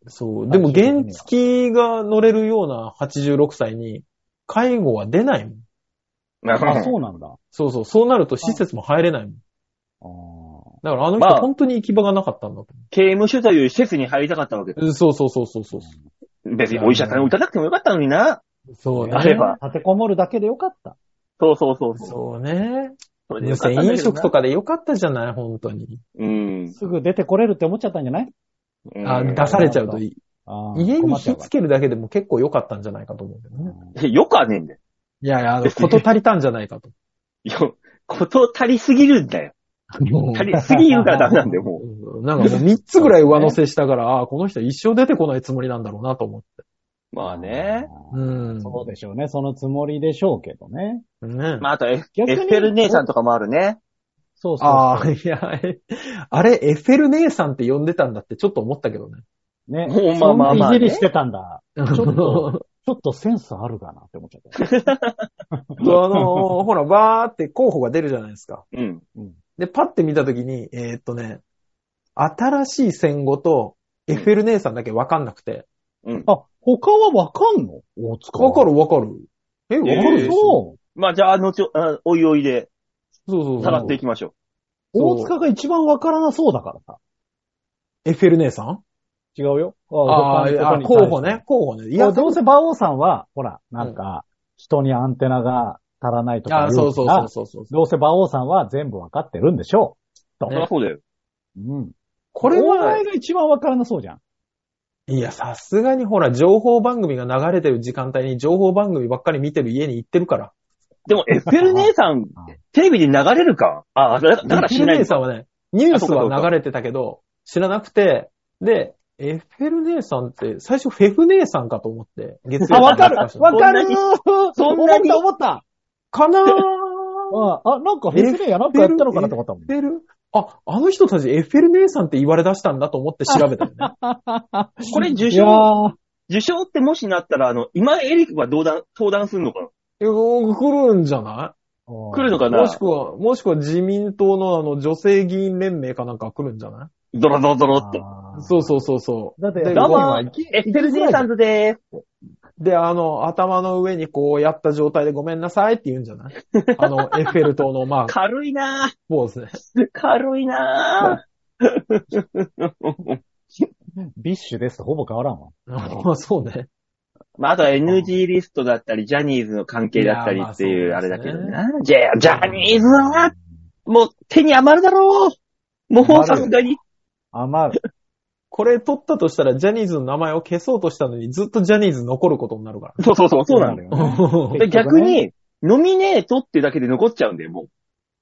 Speaker 2: そう。
Speaker 3: 最
Speaker 2: でも
Speaker 3: 終的には
Speaker 2: 原付が乗れるような86歳に、介護は出ないもん。
Speaker 3: あ、そうなんだ。
Speaker 2: そうそう。そうなると施設も入れないもん。
Speaker 3: あー
Speaker 2: だからあの人
Speaker 1: まあ
Speaker 2: 本当に行き場がなかったんだと
Speaker 1: 刑務所という施設に入りたかったわけ。
Speaker 2: 思う。そうそうそうそうそう。
Speaker 1: 別にお医者さん打たなくてもよかったのにな。
Speaker 2: そうね。
Speaker 1: あれば
Speaker 3: 立てこもるだけでよかった。
Speaker 1: そうそうそうそう。
Speaker 2: そうね。
Speaker 1: それで
Speaker 2: 無
Speaker 1: よかったんだ
Speaker 2: 線
Speaker 1: けどな
Speaker 2: 飲食と。かでよかったじゃない、本当に。
Speaker 1: うん。
Speaker 3: すぐ出てこれるって思っちゃったんじゃない
Speaker 2: あ
Speaker 1: うん
Speaker 2: 出されちゃうといい。
Speaker 3: あー
Speaker 2: 家に
Speaker 3: 困っ
Speaker 2: 火
Speaker 3: ちゃうか
Speaker 2: つけるだけでも結構良かったんじゃないかと思うんだよ
Speaker 3: ら
Speaker 2: ね。
Speaker 1: えよかねえんだよ。
Speaker 2: いやいや、あの、
Speaker 1: 別
Speaker 2: こ
Speaker 1: に
Speaker 2: と足りたんじゃない かと。
Speaker 1: いや、こと足りすぎるんだよ。
Speaker 2: も
Speaker 1: 足りすぎるからダメなんだよ、もう。
Speaker 2: うなんかもう3つぐらい上乗せしたから、ああ、この人一生出てこないつもりなんだろうなと思って。
Speaker 1: まあね。。
Speaker 3: う
Speaker 2: うんん。
Speaker 3: そうでしょうね。そのつもりでしょうけどね。
Speaker 2: ね。
Speaker 1: まあ、あとエッエ
Speaker 3: 逆に
Speaker 1: ッフェル姉さんとかもあるね。
Speaker 3: そうそう。
Speaker 2: ああ、いや、え あれ、エッフェル姉さんって呼んでたんだってちょっと思ったけどね。
Speaker 3: ね。
Speaker 1: もうまあまあまあね
Speaker 3: そんないじりしてたんだ。ちょっとちょっとセンスあるかなって思っちゃった。
Speaker 2: あのーほら、バーって候補が出るじゃないですか。
Speaker 1: うん。
Speaker 2: で、パッて見たときに、えーっとね、新しい戦後と、エッフェル姉さんだけわかんなくて。
Speaker 1: うん。
Speaker 3: あ、他はわかんの大塚。
Speaker 2: わか。るわかる。え、わ
Speaker 1: えー
Speaker 2: かるでしょ、
Speaker 3: そう。
Speaker 1: まあ、じゃあ、後、あおいおいで、
Speaker 2: そうそうそ
Speaker 1: 探っ
Speaker 2: う
Speaker 1: て。いきましょ
Speaker 2: そう
Speaker 3: 大塚が一番わからなそうだからさ。
Speaker 2: エッフェル姉さん
Speaker 3: 違うよ。
Speaker 2: あ
Speaker 3: 他の
Speaker 2: ーあ、
Speaker 3: ことに対して
Speaker 2: 候補ね。。候補ね。い
Speaker 3: いや、
Speaker 2: や、
Speaker 3: どうせ馬王さんは、ほら、なんか、人にアンテナが足らないと
Speaker 2: あ
Speaker 3: か
Speaker 2: ー
Speaker 3: 言
Speaker 2: そううそ
Speaker 3: か
Speaker 2: う
Speaker 3: ら
Speaker 2: そうそうそう。
Speaker 3: どうせ馬王さんは全部わかってるんでしょ
Speaker 1: う。
Speaker 3: ね
Speaker 1: そりゃそうだよ。
Speaker 3: う。うん。
Speaker 2: これ
Speaker 3: お
Speaker 2: は
Speaker 3: 前、が一番わからなそうじゃん。
Speaker 2: いや、さすがにほら、情報番組が流れてる時間帯に情報番組ばっかり見てる家に行ってるから。
Speaker 1: でも、エッフェル姉 さん
Speaker 3: あ、
Speaker 1: テレビで流れるか。あ、だだから
Speaker 2: エッ
Speaker 1: 知
Speaker 2: フェ
Speaker 1: らな
Speaker 2: ル
Speaker 1: い
Speaker 2: 姉。さんはね、ニュース
Speaker 1: あそうかそう
Speaker 2: は
Speaker 1: か
Speaker 2: 流れてたけど、知らなくて、で、エッフェル姉さんって、最初フェフ姉さんかと思って、月
Speaker 3: あ、わかる
Speaker 2: わ
Speaker 3: わかる
Speaker 1: そんなに
Speaker 3: 思った
Speaker 2: かなー
Speaker 3: 思ったああ、なんかフェスねやなんかやったのかなと思ったもん
Speaker 2: エッ。フェルあ、あの人たちエッフェル姉さんって言われ出したんだと思って調べたよね。
Speaker 1: これ受
Speaker 3: いや
Speaker 1: 賞、
Speaker 3: ー、
Speaker 1: 受賞ってもしなったら、あの、今エリックが登壇、登壇するのかな
Speaker 2: よー来るんじゃな
Speaker 1: 来るのか
Speaker 2: いも
Speaker 1: な
Speaker 2: しくは、もしくは自民党のあの女性議員連盟かなんか来るんじゃない
Speaker 1: ドロドロドロって。
Speaker 3: あー
Speaker 2: そうそうそうそう。
Speaker 3: だって、
Speaker 2: で
Speaker 1: どう
Speaker 2: ご
Speaker 1: も、
Speaker 2: め
Speaker 1: エ
Speaker 2: ん
Speaker 1: ッフェル姉さんズでーす。
Speaker 2: で、あの、頭の上にこうやった状態でごめんなさいって言うんじゃないあの、 エッフェル塔の、まあ、
Speaker 1: 軽いなぁ。
Speaker 2: ポーズね。
Speaker 1: 軽いなぁ。
Speaker 3: ビッシュです。ほぼ変わらんわ。
Speaker 2: まあ、そうね。
Speaker 1: まあ、あとは NG リストだったり、ジャニーズの関係だったりってい、
Speaker 2: いうや
Speaker 1: あ
Speaker 2: ーま
Speaker 1: れ
Speaker 2: あ
Speaker 1: だけど
Speaker 2: そうですね
Speaker 1: な。ジャジャニーズは、もう手に余るだろう。もうさすがに。
Speaker 3: 余る。
Speaker 2: これ取ったとしたら、ジャニーズの名前を消そうとしたのに、ずっとジャニーズ残ることになるから。
Speaker 1: そうそうそう、そうなのよ。
Speaker 3: よ
Speaker 2: あ
Speaker 3: ね。
Speaker 1: で
Speaker 3: 結
Speaker 1: 逆
Speaker 3: 局ね。
Speaker 1: に、ノミネートっていうだけで残っちゃうんだよ、もう。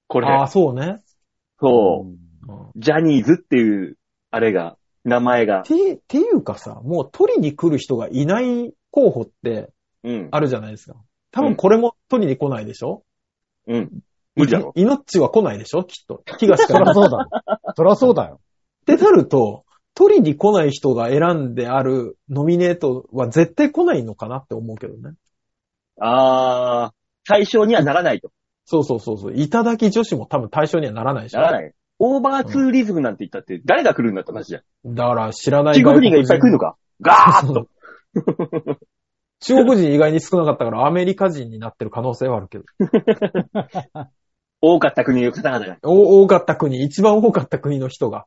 Speaker 1: これ。
Speaker 2: あー、そうね。
Speaker 1: そう
Speaker 2: う
Speaker 1: う。ジャニーズっていう、あれが、名前が。
Speaker 2: て、ていうかさ、もう取りに来る人がいない候補って
Speaker 1: うん。
Speaker 2: あるじゃないですか。多分これも取りに来ないでしょ、
Speaker 1: うん。無理だろ。
Speaker 2: い命は来ないでしょきっと。東
Speaker 3: そ
Speaker 2: から
Speaker 3: ら。そうだよ。そらそうだよ。
Speaker 2: ってなると、取りに来ない人が選んであるノミネートは絶対来ないのかなって思うけどね。
Speaker 1: あー、対象にはならないと。
Speaker 2: そうそうそうそう。いただき女子も多分対象にはならないでしょ。
Speaker 1: ならない。オーバーツーリズムなんて言ったって、誰が来るんだって話じゃん。
Speaker 2: だから知らない
Speaker 1: 中国人がいっぱい来るの
Speaker 2: か。
Speaker 1: か。ガーッ
Speaker 2: そ
Speaker 1: と
Speaker 2: う。 中国人意外に少なかったからアメリカ人になってる可能性はあるけど。
Speaker 1: 多かった国の方々が。
Speaker 2: お多かった国、一番多かった国の人が。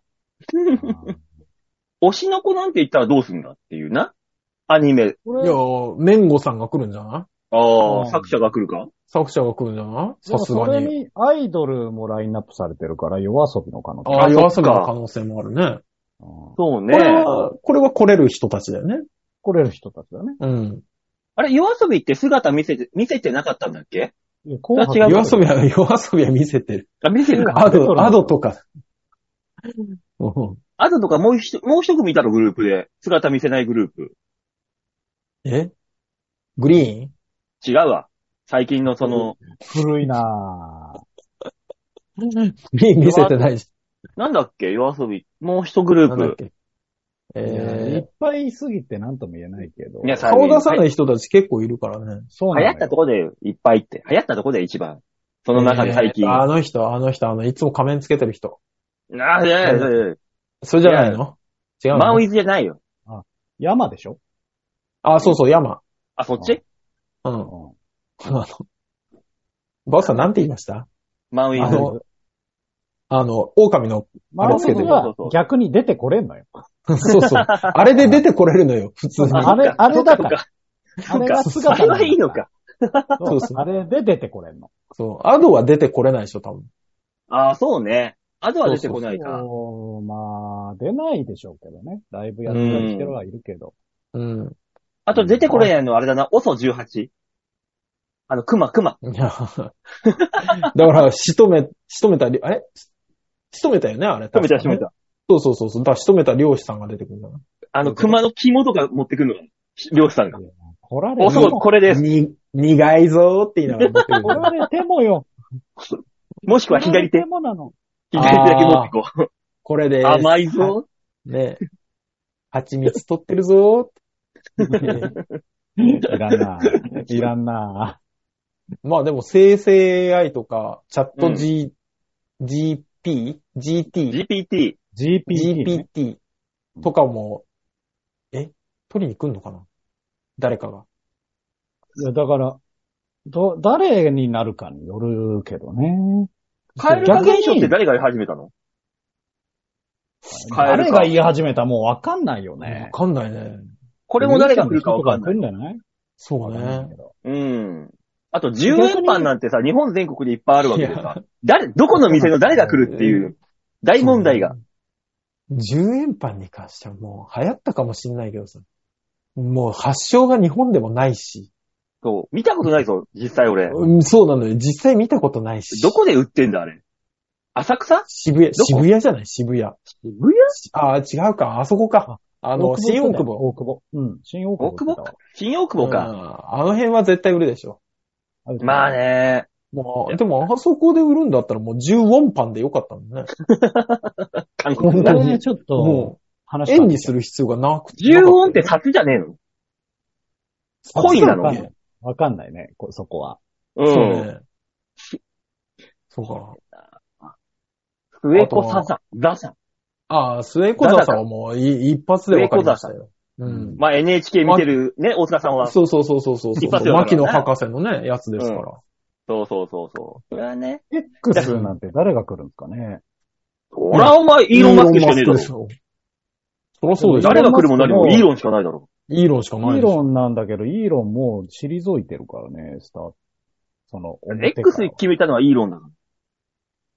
Speaker 1: 推しの子なんて言ったらどうすんだっていうな。アニメ。
Speaker 3: こ
Speaker 2: い
Speaker 3: れ
Speaker 2: や、ー、メンゴさんが来るんじゃない
Speaker 1: あ
Speaker 3: うん
Speaker 1: あ、作者が来るか
Speaker 2: 作者が来るんじゃない
Speaker 3: でも
Speaker 2: さすが
Speaker 3: それ
Speaker 2: に。
Speaker 3: に、アイドルもラインナップされてるから、夜遊びの可能性。
Speaker 2: ああ、
Speaker 1: あ
Speaker 2: 夜
Speaker 1: そ
Speaker 2: 遊
Speaker 1: っ
Speaker 2: び
Speaker 1: か
Speaker 2: の可能性もあるね。
Speaker 3: うん
Speaker 1: そうね
Speaker 2: こ。れは、これは来れる人たちだよね。
Speaker 3: 来れる人たちだね。
Speaker 2: うん。
Speaker 1: あれ、夜遊びって姿見せて、見せてなかったんだっけ
Speaker 3: いや
Speaker 1: あ違う
Speaker 2: 夜遊びは、夜遊びは見せてる。
Speaker 1: あ、見せるか。
Speaker 2: アド、アドとか。うん
Speaker 1: あととかもう一、もう一組いたのグループで。姿見せないグループ。
Speaker 2: えグリーン
Speaker 1: 違うわ。最近のその、
Speaker 3: 古いなぁ。
Speaker 2: グリーン見せてないし。
Speaker 1: なんだっけ夜遊び。もう一グル
Speaker 2: な
Speaker 1: ー
Speaker 2: んだっ
Speaker 1: プ。
Speaker 2: け
Speaker 3: いやい
Speaker 2: え
Speaker 3: っぱいいすぎて何とも言えないけど。
Speaker 1: 皆
Speaker 2: ー、
Speaker 1: さん
Speaker 2: 顔出さ
Speaker 1: は
Speaker 2: ない人たち結構いるからね。
Speaker 3: そうな
Speaker 1: 流行
Speaker 3: のよ
Speaker 1: ったとこでいっぱいって。流行ったとこで一番。その中で最近。
Speaker 2: えーあの人、あの人、あの、いつも仮面つけてる人。
Speaker 1: あ、いやいやいやい
Speaker 2: それじゃないの違
Speaker 1: や。
Speaker 2: う
Speaker 1: マウ
Speaker 2: の
Speaker 1: イズじゃないよ。
Speaker 3: 山でしょ
Speaker 2: あ、そうそう、山。
Speaker 1: あ、そっち
Speaker 2: うん。
Speaker 3: うん
Speaker 2: あの、バオさんなんて言いました
Speaker 1: マウイズ
Speaker 2: あ。の、あの、狼の、
Speaker 3: マウス
Speaker 1: そう
Speaker 3: が
Speaker 1: そう
Speaker 3: 逆に出てこれんのよ。
Speaker 2: そうそう。あれで出てこれるのよ、普通に。
Speaker 1: あ
Speaker 3: あれ、あれだから。あれが
Speaker 1: あ
Speaker 3: 姿
Speaker 1: れ
Speaker 3: な
Speaker 1: はいいのか。
Speaker 3: んだ。
Speaker 2: そ
Speaker 3: そうう
Speaker 2: そう
Speaker 3: あれで出てこれんの。
Speaker 2: そう。アドは出てこれないでしょ、多分。
Speaker 1: ああ、そうね。あとは出てこないか。
Speaker 3: そうまあ、出ないでしょうけどね。ライブやったりしてるはいるけど。
Speaker 2: うん。
Speaker 1: あと出てこれないのはあれだな、OSO18。あの、熊熊。
Speaker 2: い や、だから、仕留め、仕留めたり、あれ仕留めたよね、あれ。
Speaker 1: 止めた止め
Speaker 2: 確かね。
Speaker 1: た。
Speaker 2: そうそうそうそう。だから仕留めた漁師さんが出てくるんだな。
Speaker 1: あの、熊の肝とか持ってくるの。漁師さんが。
Speaker 3: 来られ
Speaker 1: お、
Speaker 3: て
Speaker 1: そう、
Speaker 3: も、
Speaker 1: これです。
Speaker 2: に、苦いぞーって言いなが ら持ってくるん
Speaker 3: 来
Speaker 2: だ
Speaker 3: ら
Speaker 2: な。
Speaker 3: れてもよ。
Speaker 1: もしくは左
Speaker 3: 来られ
Speaker 1: 手
Speaker 3: て。もなの。
Speaker 1: 左手だけ持ってこう。
Speaker 2: これで、
Speaker 1: 甘いぞ。
Speaker 2: ね。蜂蜜取ってるぞー って。
Speaker 3: いらんな。いらんな。
Speaker 2: まあでも、生成 AI とか、チャット G、GP、GT、
Speaker 1: GPT。
Speaker 3: GPT ね、
Speaker 2: GPT とかも、え取りに来んのかな誰かが。
Speaker 3: いや、だから、ど、誰になるかによるけどね。
Speaker 1: カエル化現象って誰が言い始めたのカエル
Speaker 3: 誰
Speaker 1: 化
Speaker 3: が言い始めたもうわかんないよね
Speaker 2: わ。かんないね。
Speaker 1: これも誰が来るかわかんない。
Speaker 3: 来るんじゃない
Speaker 2: そう
Speaker 3: わかんない
Speaker 2: ね。
Speaker 3: けど。
Speaker 1: うん。あと、10円パンなんてさ、日本全国にいっぱいあるわけでさ、誰、どこの店の誰が来るっていう、大問題が。
Speaker 2: 10円パンに関してはもう流行ったかもしんないけどさ。もう発祥が日本でもないし。
Speaker 1: そう。見たことないぞ、実際俺。
Speaker 2: うん、そうなのよ。実際見たことないし。
Speaker 1: どこで売ってんだ、あれ。浅草
Speaker 2: 渋谷、
Speaker 1: どこ
Speaker 2: 渋谷じゃない渋谷。
Speaker 1: 渋谷
Speaker 2: ああ、違うか。あそこか。あの、新大久保。
Speaker 3: 大久保。うん、新大久保。
Speaker 1: 大久保か。新大久保
Speaker 2: う
Speaker 1: か。
Speaker 2: んあの辺は絶対売るでしょ。
Speaker 1: まあ。ね。
Speaker 2: もう、でも、あそこで売るんだったらもう10ウォンパンでよかったんだね。
Speaker 1: 韓
Speaker 3: こ
Speaker 1: 国
Speaker 2: 本当に
Speaker 1: だ。
Speaker 3: れちょっと、
Speaker 2: もう、
Speaker 3: 話
Speaker 2: 円にする必要がなくて。
Speaker 1: 10音って札じゃねえのコインなの
Speaker 3: わかんないわかんないね、こそこは。
Speaker 1: う。
Speaker 2: そうんね。そうか。
Speaker 1: 上子ささ、ザさ。
Speaker 2: ああ、末小沢さんはもうい一発で分かりましたよ。うん。
Speaker 1: まあ NHK 見てるね、大塚さんは。
Speaker 2: そうそうそうそうそうそう。
Speaker 1: 一発で分か
Speaker 2: 牧
Speaker 1: る
Speaker 2: 野
Speaker 1: わな
Speaker 2: 博士のね、やつですから。
Speaker 1: そうそうそうそう。それはね。
Speaker 3: X なんて誰が来るんですかね。
Speaker 1: 俺はお前、イーロンマスクしかねえだ
Speaker 2: イーロンマ
Speaker 1: ろ
Speaker 2: スクで。しょそりゃそうでしょ
Speaker 1: 誰が来るも何も
Speaker 3: イーロンマスクも
Speaker 1: イーロンしかないだろ。
Speaker 2: イーロンしか
Speaker 3: イ
Speaker 2: ない
Speaker 3: ー
Speaker 2: でしょ。
Speaker 3: ロンなんだけど、イーロンもう退いてるからね、スタート。その、表から
Speaker 1: X 決めたのはイーロンだから。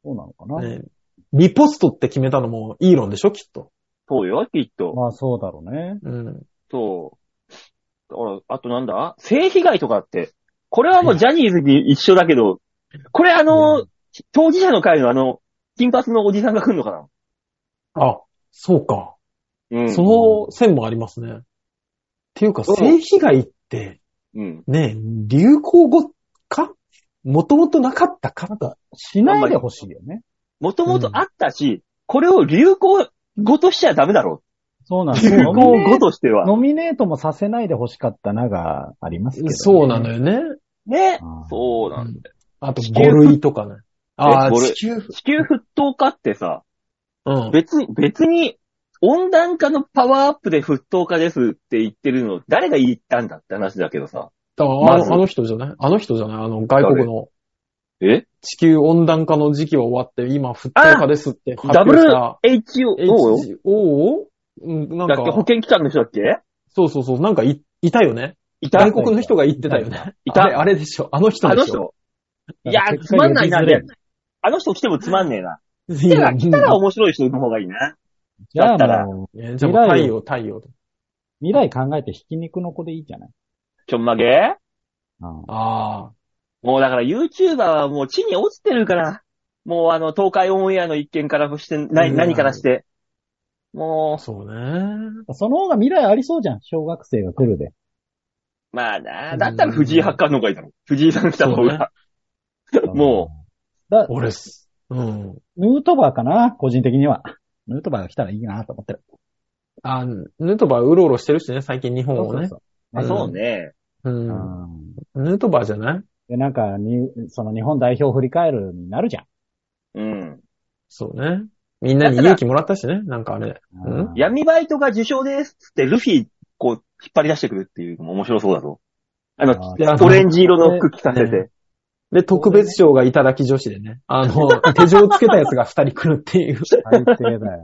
Speaker 3: そうなのかな。
Speaker 2: ねリポストって決めたのもイーロンでしょ、きっと。
Speaker 1: そうよ、きっと。
Speaker 3: まあそうだろうね。
Speaker 2: うん。
Speaker 1: そう。だから、あとなんだ性被害とかって。これはもうジャニーズに一緒だけど、これあの、当事者の会のあの、金髪のおじさんが来るのかな
Speaker 2: あ、そうか。
Speaker 1: うん。
Speaker 2: その線もありますね。っていうか、性被害って、
Speaker 1: うん。
Speaker 2: ね、流行語かもともとなかったか
Speaker 3: しないでほしいよね。
Speaker 1: もともとあったし、これを流行語としちゃダメだろ
Speaker 3: そうなん
Speaker 1: う。
Speaker 3: で
Speaker 1: 流
Speaker 3: すよ。
Speaker 1: 行語としては。
Speaker 3: ノミネートもさせないで欲しかったながありますけど、ね。
Speaker 2: そうなのよね。
Speaker 1: ね。
Speaker 3: あー
Speaker 1: そうなんだよ。
Speaker 2: あと、5類とかね。ああ、
Speaker 1: 五類
Speaker 2: 地球。
Speaker 1: 地球沸騰化ってさ、
Speaker 2: うん。
Speaker 1: 別に、別に、温暖化のパワーアップで沸騰化ですって言ってるの、誰が言ったんだって話だけどさ。
Speaker 2: だからあ
Speaker 1: まず
Speaker 2: のあの人じゃないあの人じゃないあの、外国の
Speaker 1: え
Speaker 2: 地球温暖化の時期は終わって、今、沸騰化ですって発表した
Speaker 1: ?WHO よ
Speaker 2: HO をうん、なん
Speaker 1: だっけ保
Speaker 2: か、
Speaker 1: 健機関の人だっけ
Speaker 2: そうそうそう、なんかい、いたよね。
Speaker 1: いた
Speaker 2: 外国の人が言ってたよね。
Speaker 1: いた
Speaker 2: あれ、あれでしょ。あの人
Speaker 1: あ
Speaker 2: で
Speaker 1: の
Speaker 2: しょ。
Speaker 1: 人。いや
Speaker 3: だから、結
Speaker 1: つ
Speaker 3: 果
Speaker 1: まんないな、
Speaker 3: 呼
Speaker 1: あ
Speaker 3: びづら
Speaker 1: れ。あの人来てもつまんねえな。
Speaker 2: い
Speaker 1: 来た
Speaker 2: や
Speaker 1: ら、来たら面白い人の方がいいな。
Speaker 3: じゃ
Speaker 1: だった
Speaker 3: あ
Speaker 1: ら
Speaker 3: もう、
Speaker 2: いやじゃあもう太陽、太陽。
Speaker 3: 未来考えてひき肉の子でいいじゃない。
Speaker 1: ちょんまげ
Speaker 3: うん
Speaker 2: あ
Speaker 1: もうだから YouTuber はもう地に落ちてるから。もうあの、東海オンエアの一件からして、な
Speaker 2: うん
Speaker 1: 何からして。も
Speaker 2: あ、そうね。
Speaker 3: その方が未来ありそうじゃん。小学生が来るで。
Speaker 1: う、まあな、だったら藤井八冠の方がいいだろ。藤井さん来た方が。 も。
Speaker 3: だ
Speaker 2: 俺っす。うん。
Speaker 3: ヌートバーかな個人的には。ヌートバーが来たらいいなと思ってる。
Speaker 2: あ、ヌートバーうろうろしてるしね、最近日本をね。
Speaker 3: そう
Speaker 1: あ、そうね。
Speaker 2: う。
Speaker 3: うそうんうん
Speaker 2: ヌートバーじゃない
Speaker 3: で、なんか、に、その日本代表振り返るになるじゃん。
Speaker 1: うん。
Speaker 2: そうね。みんなに勇気もらったしね、なんかあれ。うん
Speaker 3: うん
Speaker 1: 闇バイトが受賞ですっつって、ルフィ、こう、引っ張り出してくるっていうのも面白そうだぞ。あの、
Speaker 3: あー
Speaker 2: いや
Speaker 1: オレンジ色の服着させて。
Speaker 2: で、特別賞がいただき女子でね。あの、手錠つけたやつが二人来るっていう。
Speaker 3: 最低だよ。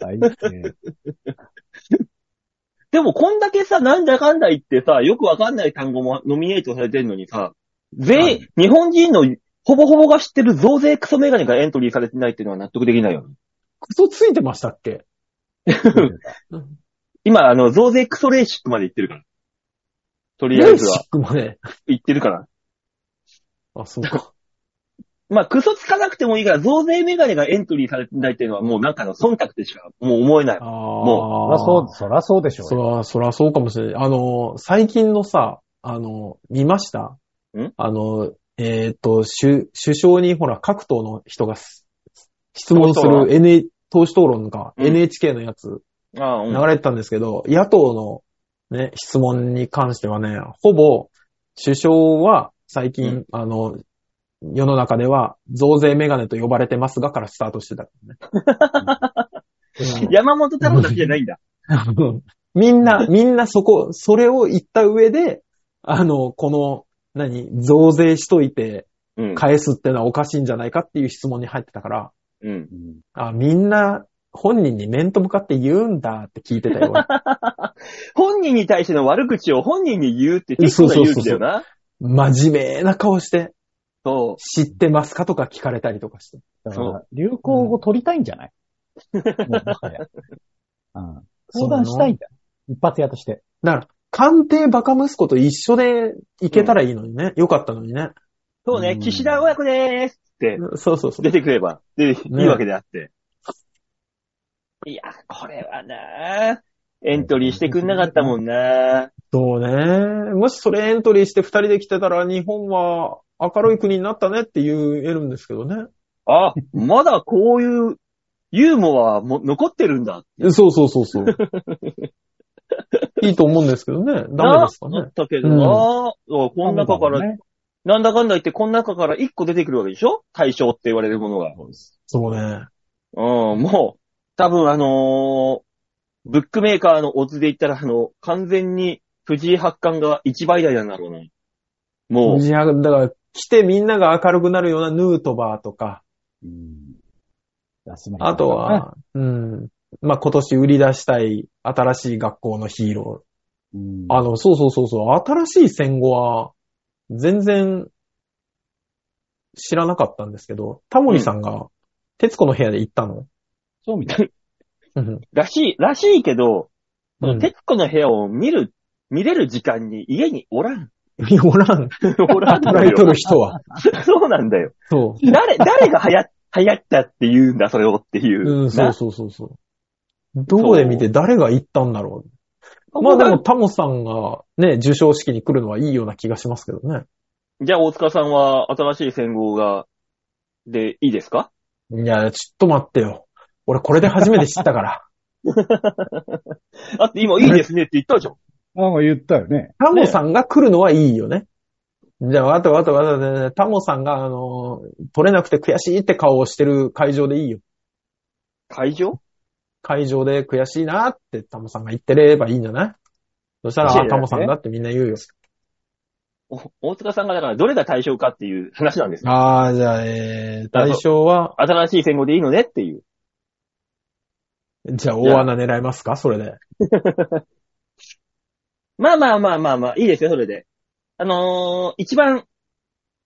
Speaker 3: 最低。
Speaker 1: ででもこんだけさ、なんだかんだ言ってさ、よくわかんない単語もノミネートされてんのにさ、全員、
Speaker 2: はい
Speaker 1: 日本人のほぼほぼが知ってる増税クソメガネがエントリーされてないっていうのは納得できないよね。
Speaker 2: クソついてましたっけ
Speaker 1: 今、あの、増税クソレーシックまで行ってるから。とりあ
Speaker 2: レ
Speaker 1: え
Speaker 2: ー
Speaker 1: ず
Speaker 2: シ
Speaker 1: は、
Speaker 2: ックまで。
Speaker 1: 行ってるから。
Speaker 2: あ、そうか。
Speaker 1: まあ、クソつかなくてもいいから、増税メガネがエントリーされてないっていうのはもうなんかの忖度でしかもう思えない
Speaker 2: あ。
Speaker 3: そ
Speaker 2: も
Speaker 3: らそう、そらそうでしょ
Speaker 2: そう
Speaker 3: よ。
Speaker 2: ら、そらそうかもしれない。あの、最近のさ、あの、見ました
Speaker 1: ん
Speaker 2: あの、えっ、と、首、首相にほら、各党の人がす質問す
Speaker 1: 党首討
Speaker 2: る N、党首討論が
Speaker 1: うん
Speaker 2: NHK のやつ
Speaker 1: ああ、うん
Speaker 2: 流れてたんですけど、野党のね、質問に関してはね、ほぼ、首相は最近、
Speaker 1: うん
Speaker 2: あの、世の中では増税メガネと呼ばれてますがからスタートしてた、ね。うん
Speaker 1: 山本太郎だけじゃないんだ。
Speaker 2: あのみんな、みんなそこ、それを言った上で、あの、この、何、増税しといて
Speaker 1: うん。
Speaker 2: 返すってのはおかしいんじゃないかっていう質問に入ってたから、
Speaker 1: うん。
Speaker 3: うん
Speaker 2: あ、みんな本人に面と向かって言うんだって聞いて たよ。
Speaker 1: 本人に対しての悪口を本人に言うって結構な勇気だよな。
Speaker 2: 真面目な顔して、
Speaker 1: そ
Speaker 2: 知ってますかとか聞かれたりとかして。
Speaker 3: だか
Speaker 1: そ
Speaker 3: ら、流行語取りたいんじゃない、もうもはやうん、相談したいんだ。一発屋として。
Speaker 2: だから、官邸バカ息子と一緒で行けたらいいのにね。よかったのにね。
Speaker 1: う。そう
Speaker 3: う
Speaker 1: ね、
Speaker 3: ん
Speaker 1: 岸田親子でーすって
Speaker 2: そうそうそう
Speaker 1: 出。てくれば、で、い
Speaker 2: ね
Speaker 1: いわけであって。いや、これはなぁエントリーしてくんなかったもんなぁ
Speaker 2: そうね。もしそれエントリーして二人で来てたら、日本は明るい国になったねって言えるんですけどね。
Speaker 1: あ、まだこういうユーモアも残ってるんだ。
Speaker 2: そうそうそうそう。いいと思うんですけどね。ダメですか
Speaker 1: な
Speaker 2: ね
Speaker 1: っ。たけどな、ぁこの中から、
Speaker 3: ね。
Speaker 1: なんだかんだ言ってこの中から一個出てくるわけでしょ対象って言われるものが。
Speaker 2: そうね。
Speaker 1: うん、もう、多分あのーブックメーカーのオズで言ったら、あの、完全に藤井八冠が一倍台なんだろうな。もう、
Speaker 2: いや、だから、来てみんなが明るくなるようなヌートバーとか、
Speaker 3: うん安村さん
Speaker 2: あとは、うん。まあ、今年売り出したい新しい学校のヒーロ
Speaker 3: う
Speaker 2: ー。
Speaker 3: ん
Speaker 2: あの、そうそうそうそう、新しい戦後は、全然、知らなかったんですけど、タモリさんが、徹子の部屋で行ったの。
Speaker 3: そうみたい
Speaker 2: うん。
Speaker 1: らしい、らしいけど、その
Speaker 2: うん
Speaker 1: 徹子の部屋を見る、見れる時間に家におら ん。
Speaker 2: おらん、
Speaker 1: おらんの
Speaker 2: 働いと
Speaker 1: よ。
Speaker 2: る人は。
Speaker 1: そうなんだよ。
Speaker 2: そう。
Speaker 1: 誰、誰が流行、流行ったって言うんだ、それをっていう。
Speaker 2: うん、そう
Speaker 1: な
Speaker 2: そうそうそう。どこで見て誰が行ったんだろう。まあでも、タモさんがね、受賞式に来るのはいいような気がしますけどね。
Speaker 1: じゃあ、大塚さんは新しい戦後が、で、いいですか
Speaker 2: いや、ちょっと待ってよ。俺これで初めて知ったから。
Speaker 1: あって今いいですねって言ったじゃん。
Speaker 3: な。なんか言ったよね。
Speaker 2: タモさんが来るのはいいよね。じゃあ、わたわたわたで、タモさんが、あの、取れなくて悔しいって顔をしてる会場でいいよ。
Speaker 1: 会場
Speaker 2: 会場で悔しいなってタモさんが言ってればいいんじゃないそしたら、あタモさんだってみんな言うよ。
Speaker 1: お大塚さんがだからどれが対象かっていう話なんですよ。
Speaker 2: ああ、じゃあ、えー、対象は、
Speaker 1: 新しい戦後でいいのねっていう。
Speaker 2: じゃあ大穴狙いますかそれで。
Speaker 1: まあまあまあまあまあ、いいですよ、それで。あのー、一番、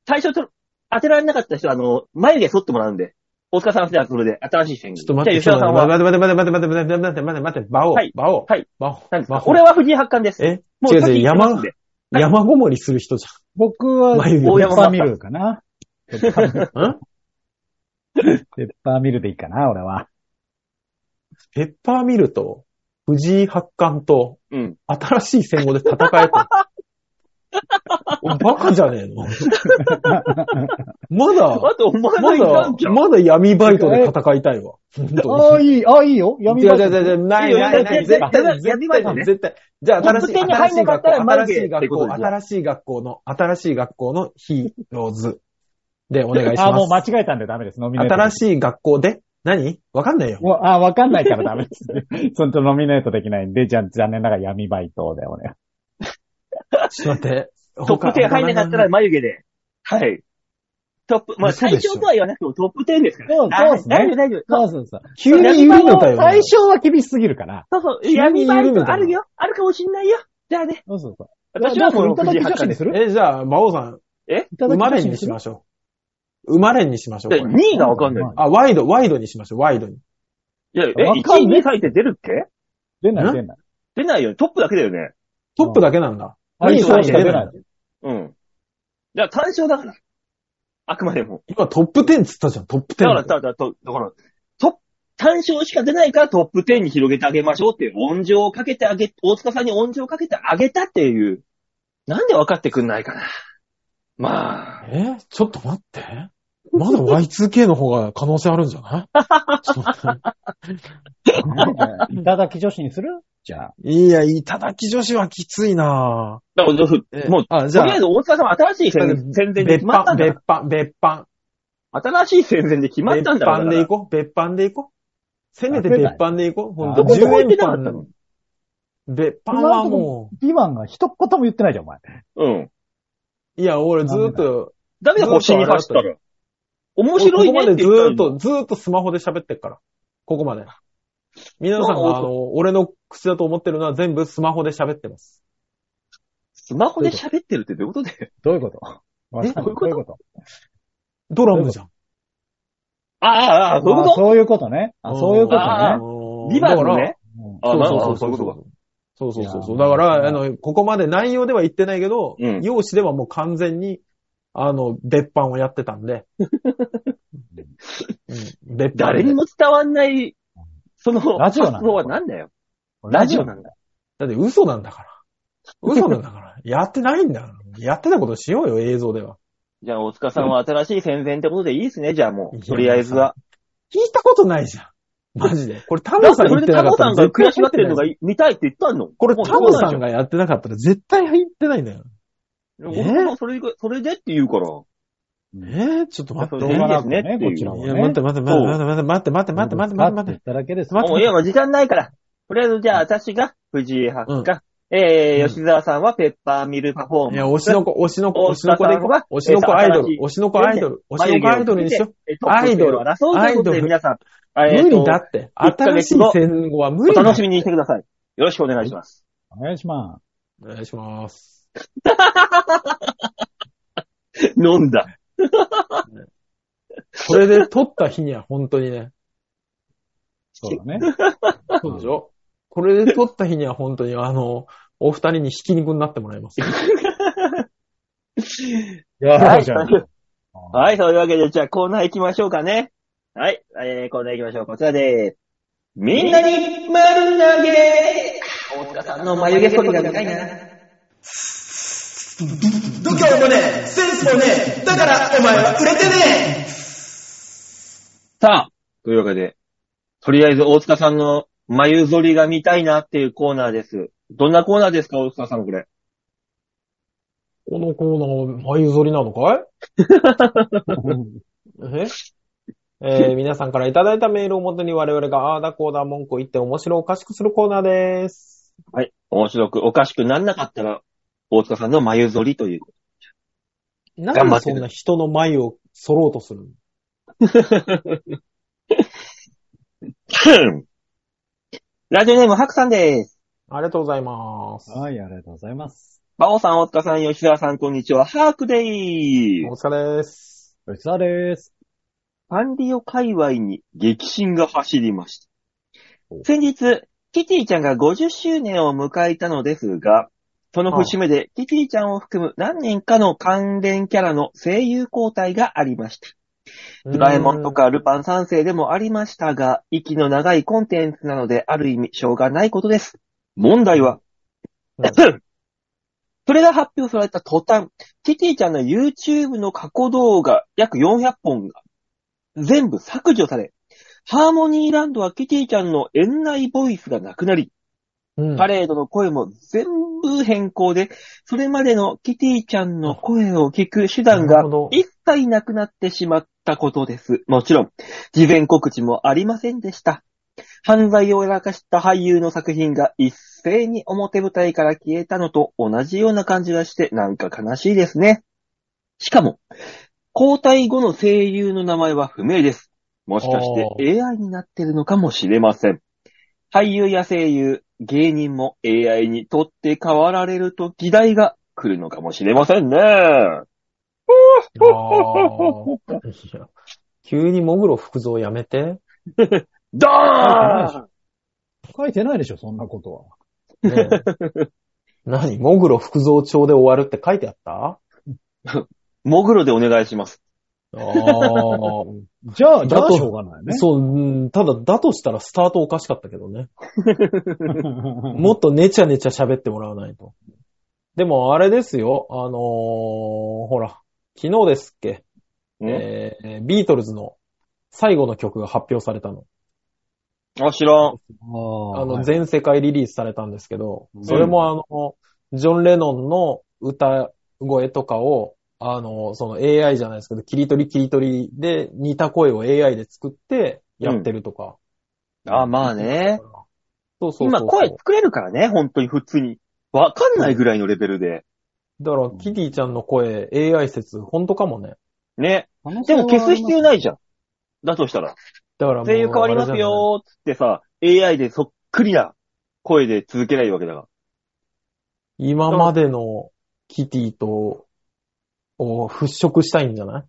Speaker 1: 対象と、当てられなかった人は、あのー、眉毛剃ってもらうんで。大塚さんはじゃあそれで、新しい戦後。
Speaker 2: ちょっと待って、
Speaker 1: じ
Speaker 2: ち
Speaker 1: ゃあ、
Speaker 2: ょっ
Speaker 1: 吉田さん
Speaker 2: と
Speaker 1: は、
Speaker 2: 待って、待って、待って、待って、待って、待って、待って、待って、待って、馬王
Speaker 1: はい、
Speaker 2: 馬王、
Speaker 1: はい、
Speaker 2: 馬王、
Speaker 1: なんです
Speaker 2: 馬
Speaker 1: か
Speaker 2: 王
Speaker 1: 俺、は藤井八冠です。
Speaker 2: え
Speaker 1: も
Speaker 2: 違う違う
Speaker 1: 先行きますんではい
Speaker 2: 山ごもりする人じ
Speaker 3: 僕
Speaker 2: ゃん。
Speaker 3: は、
Speaker 2: 眉毛
Speaker 1: 大
Speaker 3: ペ
Speaker 1: 山
Speaker 3: ッパーミルかな。ペッパーミル
Speaker 2: ん
Speaker 3: ペッパーミルでいいかな、俺は。
Speaker 2: ペッパーミルと、藤井八冠と、
Speaker 1: うん。
Speaker 2: 新しい戦後で戦えた。おバカじゃねえのまだ、
Speaker 1: あと、お前が
Speaker 2: ま
Speaker 1: いた
Speaker 2: だ
Speaker 1: んじゃ、ん。
Speaker 2: まだ闇バイトで戦いたいわ。本
Speaker 3: あ
Speaker 2: 当
Speaker 3: あ、
Speaker 2: に
Speaker 3: いい、ああ、いいよ。闇
Speaker 2: 違う
Speaker 3: バイ
Speaker 2: 違
Speaker 3: ト
Speaker 2: う違う、ないい
Speaker 1: や
Speaker 2: ない
Speaker 1: いや
Speaker 2: ない、
Speaker 1: いや
Speaker 2: 絶対、
Speaker 1: いや
Speaker 2: 絶
Speaker 1: いや
Speaker 2: 対
Speaker 1: いやいやいやいや
Speaker 2: 絶対。じゃあ、
Speaker 1: トッ
Speaker 2: 新
Speaker 1: プ
Speaker 2: しい、
Speaker 1: 10に
Speaker 2: 新
Speaker 1: 入
Speaker 2: し
Speaker 1: んないかっ
Speaker 2: 学
Speaker 1: た
Speaker 2: 校、
Speaker 1: ら眉
Speaker 2: 新し
Speaker 1: 毛
Speaker 2: い学
Speaker 1: ってこと
Speaker 2: 校、
Speaker 1: ですよ
Speaker 2: 新しい学校の、新しい学校のヒーローズでお願いし
Speaker 3: ああ、
Speaker 2: ま
Speaker 3: もう間
Speaker 2: す。
Speaker 3: 違えたんでダメです。ノミネート。
Speaker 2: 新しい学校で何わかんないよ。
Speaker 3: もう、ああ、わかんないからダメです。 そんとノミネートできないんで、じゃあ、残念ながら闇バイトでお願い。
Speaker 2: ちょっと待って。
Speaker 1: トップ10入んなかったら眉毛で。はい。トップ、まあ
Speaker 2: 嘘
Speaker 1: 最
Speaker 2: でしょ
Speaker 1: 強とは言わなくてもトップ10ですから。
Speaker 3: そうそうですね
Speaker 1: 大丈夫、大丈夫。
Speaker 3: そうそうそう。
Speaker 2: 急に緩めたよ。
Speaker 3: 最初は厳しすぎるから。
Speaker 1: そうそう、
Speaker 2: 急に
Speaker 1: 闇バイ
Speaker 2: 緩め
Speaker 1: ト
Speaker 2: た
Speaker 1: あるよ。あるかもしんないよ。じゃあね。
Speaker 3: そうそうそう。
Speaker 1: 私はもう
Speaker 3: いただき女子に
Speaker 1: です
Speaker 3: る
Speaker 2: え、じゃあ、馬王さん、
Speaker 3: いた
Speaker 2: 生ま
Speaker 3: だき女
Speaker 2: れ
Speaker 3: 子
Speaker 2: に
Speaker 3: にす
Speaker 2: し
Speaker 3: る
Speaker 2: ましょう。生まれにしましょう。これ
Speaker 1: 2位がわかんない。
Speaker 2: あ、ワイド、ワイドにしましょう、ワイドに。
Speaker 1: いや、え、
Speaker 3: わ
Speaker 1: 1
Speaker 3: か
Speaker 1: 位
Speaker 3: んね
Speaker 1: に書いて出るって
Speaker 3: 出ない
Speaker 2: ん
Speaker 3: 出ない。
Speaker 1: 出ないよね。トップだけだよね。
Speaker 2: トップだけなんだ。
Speaker 1: あ
Speaker 3: いい
Speaker 1: そうし
Speaker 3: 人し
Speaker 1: か
Speaker 3: か
Speaker 1: 出
Speaker 3: 出
Speaker 2: な
Speaker 3: ないい。
Speaker 1: うん。じゃあ単勝だから。あくまでも。
Speaker 2: 今トップ10っつったじゃん、トップ
Speaker 1: だから、
Speaker 2: 10。
Speaker 1: だから、とだから、と、単勝しか出ないからトップ10に広げてあげましょうっていう、温情をかけてあげ、大塚さんに温情をかけてあげたっていう。なんで分かってくんないかな。まあ、
Speaker 2: えちょっと待って。まだ Y2K の方が可能性あるんじゃないちょっと待っ
Speaker 3: いただき女子にするじゃあ。
Speaker 2: て いや、いただき女子はきついな
Speaker 1: だから、そう
Speaker 2: ぁ。
Speaker 1: もう、
Speaker 2: あ、じ
Speaker 1: と
Speaker 2: ゃ
Speaker 1: りあえ
Speaker 2: あ、
Speaker 1: ず大塚さんは新しい
Speaker 2: だ
Speaker 1: 戦
Speaker 2: けど
Speaker 1: 戦前で
Speaker 2: 別
Speaker 1: 決まったん
Speaker 2: 版、
Speaker 1: だ
Speaker 2: 別版、別版。
Speaker 1: 新しい戦前で決まっ
Speaker 2: 別
Speaker 1: たんだから
Speaker 2: 版でいこう、別版でいこう。せめて別版でいこう。ほんと、
Speaker 3: あ出ない
Speaker 1: どこ
Speaker 2: 10
Speaker 1: 置いて
Speaker 2: 円
Speaker 1: なかった
Speaker 2: 版
Speaker 1: の。
Speaker 2: 別版はも
Speaker 3: ビマンが一言も言ってないじゃん、お前。
Speaker 1: うん。
Speaker 2: う、いや、俺ずーっと、
Speaker 1: ダメだ、星に走ったら。面白いね
Speaker 2: ここ
Speaker 1: って
Speaker 2: までず
Speaker 1: 言ったの
Speaker 2: ーっ
Speaker 1: に
Speaker 2: と、ずーっとスマホで喋ってっから。ここまで。皆さんが、あの、俺の口だと思ってるのは全部スマホで喋ってます。
Speaker 1: スマホで喋ってるってどういうことだよ。
Speaker 3: どういうこと
Speaker 2: え
Speaker 1: ど
Speaker 3: ど
Speaker 1: ういうこと
Speaker 3: ういうこと
Speaker 2: ドラムじゃん。
Speaker 1: ああ、ああ、そういう
Speaker 3: あ
Speaker 1: こ
Speaker 3: そういうことね。あ、そういうこと
Speaker 1: あ
Speaker 3: ね。
Speaker 1: と
Speaker 2: と
Speaker 1: ビバンのね。
Speaker 3: うん
Speaker 1: あ
Speaker 2: そう
Speaker 1: なる
Speaker 2: そ
Speaker 1: ほど
Speaker 2: うそう
Speaker 1: そういうこ
Speaker 2: そうそうそうそう。
Speaker 3: い
Speaker 2: だ
Speaker 3: や
Speaker 2: か
Speaker 3: ー
Speaker 2: ら、あの、ここまで内容では言ってないけど、
Speaker 1: うん
Speaker 2: 容姿ではもう完全に、あの、別版をやってたんで。うん、別版で
Speaker 1: 誰にも伝わんない、その、
Speaker 3: ラジオなんだ
Speaker 1: 発想はなんだよ。ラ
Speaker 3: ラ
Speaker 1: ジ
Speaker 3: ジ
Speaker 1: オ
Speaker 3: オ
Speaker 1: な
Speaker 3: なん
Speaker 1: だ。
Speaker 2: だって嘘なんだから。嘘なんだから。やってないんだから。やってたことしようよ、映像では。
Speaker 1: じゃあ、大塚さんは新しい戦前ってことでいいですね、じゃあもう。とりあえずは。
Speaker 2: 聞いたことないじゃん。マジで。これタ
Speaker 1: だ
Speaker 2: モ
Speaker 1: って
Speaker 2: さん
Speaker 1: そ
Speaker 2: 言っ
Speaker 1: れ
Speaker 2: て
Speaker 1: でタ
Speaker 2: なか
Speaker 1: モ
Speaker 2: った
Speaker 1: さ
Speaker 2: ら
Speaker 1: んが
Speaker 2: 絶対
Speaker 1: 悔し
Speaker 2: 入
Speaker 1: が
Speaker 2: っ
Speaker 1: っててる
Speaker 2: ない
Speaker 1: のが見たいって言ったの。
Speaker 2: これタモさん
Speaker 1: が。
Speaker 2: がやってなかったら絶対入ってないんだよ。
Speaker 1: 僕もそれが、それでって言うから。
Speaker 2: え
Speaker 3: ね。
Speaker 2: ー、ちょっと待
Speaker 1: そ
Speaker 2: っ
Speaker 1: う
Speaker 2: て。
Speaker 1: 動
Speaker 2: い
Speaker 1: 画
Speaker 2: や、
Speaker 1: なくてね、
Speaker 3: いいですねこちらは
Speaker 2: 待って待って
Speaker 1: そう
Speaker 2: 待って待って待って待って待って待って待って待って
Speaker 3: 言っただけです。
Speaker 2: 待
Speaker 1: もう、いや、もう時間ないから。とりあえず、じゃあ、私が、藤井博か、え
Speaker 2: う
Speaker 1: ー、
Speaker 2: ん
Speaker 1: 吉沢さんはペッパーミルパフォーマンス。
Speaker 2: いや、推しの子、推しの子、推
Speaker 1: 大
Speaker 2: しの
Speaker 1: 塚
Speaker 2: 子
Speaker 1: さん
Speaker 2: で
Speaker 1: はい
Speaker 2: こう。推しの子アイドル、推しの子アイドル、推しの子アイドルにしよう。
Speaker 1: えトップ10を争うということ
Speaker 2: アイド
Speaker 1: で、
Speaker 2: ル
Speaker 1: 皆さん、えーと
Speaker 2: 無理だって。
Speaker 1: 1ヶ
Speaker 2: 新し
Speaker 1: 月
Speaker 2: い
Speaker 1: 後
Speaker 2: 戦後は無
Speaker 1: お
Speaker 2: 理だ
Speaker 1: 楽しみにしてください。よろしくお願いします。
Speaker 3: お願いしま
Speaker 2: お願いします。
Speaker 1: 飲んだ。
Speaker 2: これで撮った日には本当にね。
Speaker 3: す。そう だね。
Speaker 2: そうでしょこれで撮った日には本当にあの、お二人にひき肉になってもらいます。
Speaker 3: や
Speaker 1: は
Speaker 3: ろ
Speaker 1: いう
Speaker 3: じゃん。。
Speaker 1: はいい、そういうわけで、じゃあコーナー行きましょうかね。はい、えー、コーナー行きましょう。こちらでーす。みんなに丸投げ大塚さんの眉毛剃りが長いな。
Speaker 4: 度胸もねえ、センスもねえ、だからお前は売れてね
Speaker 1: さあ、というわけで、とりあえず大塚さんの眉剃りが見たいなっていうコーナーです。どんなコーナーですか、大塚さんこれ。
Speaker 2: このコーナー、眉剃りなのかい ええー皆さんからいただいたメールをもとに我々があーだこーだ文句を言って面白おかしくするコーナーです。
Speaker 1: はい。面白く、おかしくなんなかったら、大塚さんの眉剃りという。
Speaker 2: なん
Speaker 1: 張
Speaker 2: で
Speaker 1: って
Speaker 2: そ
Speaker 1: る
Speaker 2: んな人の眉を剃ろうとするの
Speaker 1: ラジオネーム、ハクさんです。
Speaker 2: ありがとうございます。
Speaker 3: はい、ありがとうございます。
Speaker 1: バオさん、大塚さん、吉沢さん、こんにちは。ハークでー
Speaker 2: お
Speaker 1: す。
Speaker 2: 疲れです。
Speaker 3: 吉沢です。
Speaker 1: パンディオ界隈に激震が走りました。先日、キティちゃんが50周年を迎えたのですが、その節目で、キティちゃんを含む何人かの関連キャラの声優交代がありました。ドラえもんとかルパン三世でもありましたが、息の長いコンテンツなので、ある意味、しょうがないことです。問題は、
Speaker 2: うん
Speaker 1: それが発表された途端、キティちゃんの YouTube の過去動画約400本が全部削除され、ハーモニーランドはキティちゃんの園内ボイスがなくなり、
Speaker 2: うん、うん
Speaker 1: パレードの声も全部変更で、それまでのキティちゃんの声を聞く手段
Speaker 2: な
Speaker 1: が
Speaker 2: るほど
Speaker 1: 一切なくなってしまったことです。もちろん、事前告知もありませんでした。犯罪をやらかした俳優の作品が一斉に表舞台から消えたのと同じような感じがしてなんか悲しいですね。しかも、交代後の声優の名前は不明です。もしかして AI になってるのかもしれません。俳優や声優、芸人も AI にとって変わられると時代が来るのかもしれませんね。
Speaker 2: あー いや急にモグロ福蔵やめ て。
Speaker 1: ドーン
Speaker 3: 書いてないでしょ、そんなことは。
Speaker 2: ねえ何 モグロ福蔵町で終わるって書いてあった
Speaker 1: モグロでお願いします。
Speaker 2: ああ。
Speaker 3: じゃあ、じ
Speaker 2: だ
Speaker 3: ゃ
Speaker 2: と
Speaker 3: あしょうがない ね。
Speaker 2: そう、うんただ、だとしたらスタートおかしかったけどね。も
Speaker 3: も
Speaker 2: っとネチャネチャ喋ってもらわないと。でも、あれですよ。あのーほら、昨日ですっけ、
Speaker 1: ね、
Speaker 2: えービートルズの最後の曲が発表されたの。
Speaker 1: あ、知らん。
Speaker 3: あ
Speaker 2: あ
Speaker 3: ー
Speaker 2: の、
Speaker 3: はい
Speaker 2: 全世界リリースされたんですけど、それもあの、ジョン・レノンの歌声とかを、あの、その AI じゃないですけど、切り取り切り取りで似た声を AI で作ってやってるとか。
Speaker 1: あ、まあね。
Speaker 2: そうそうそう
Speaker 1: 今声作れるからね、本当に普通に。わかんないぐらいのレベルで。
Speaker 2: だから、キティちゃんの声、AI 説、本当かもね。
Speaker 1: ね。
Speaker 3: 可能性
Speaker 1: で
Speaker 3: は
Speaker 1: も消す必要ないじゃん。だとしたら。
Speaker 2: だからもう、
Speaker 1: 声優変わりますよーっつってさ、AI でそっくりな声で続けないわけだから。
Speaker 2: 今までのキティと、を払拭したいんじゃない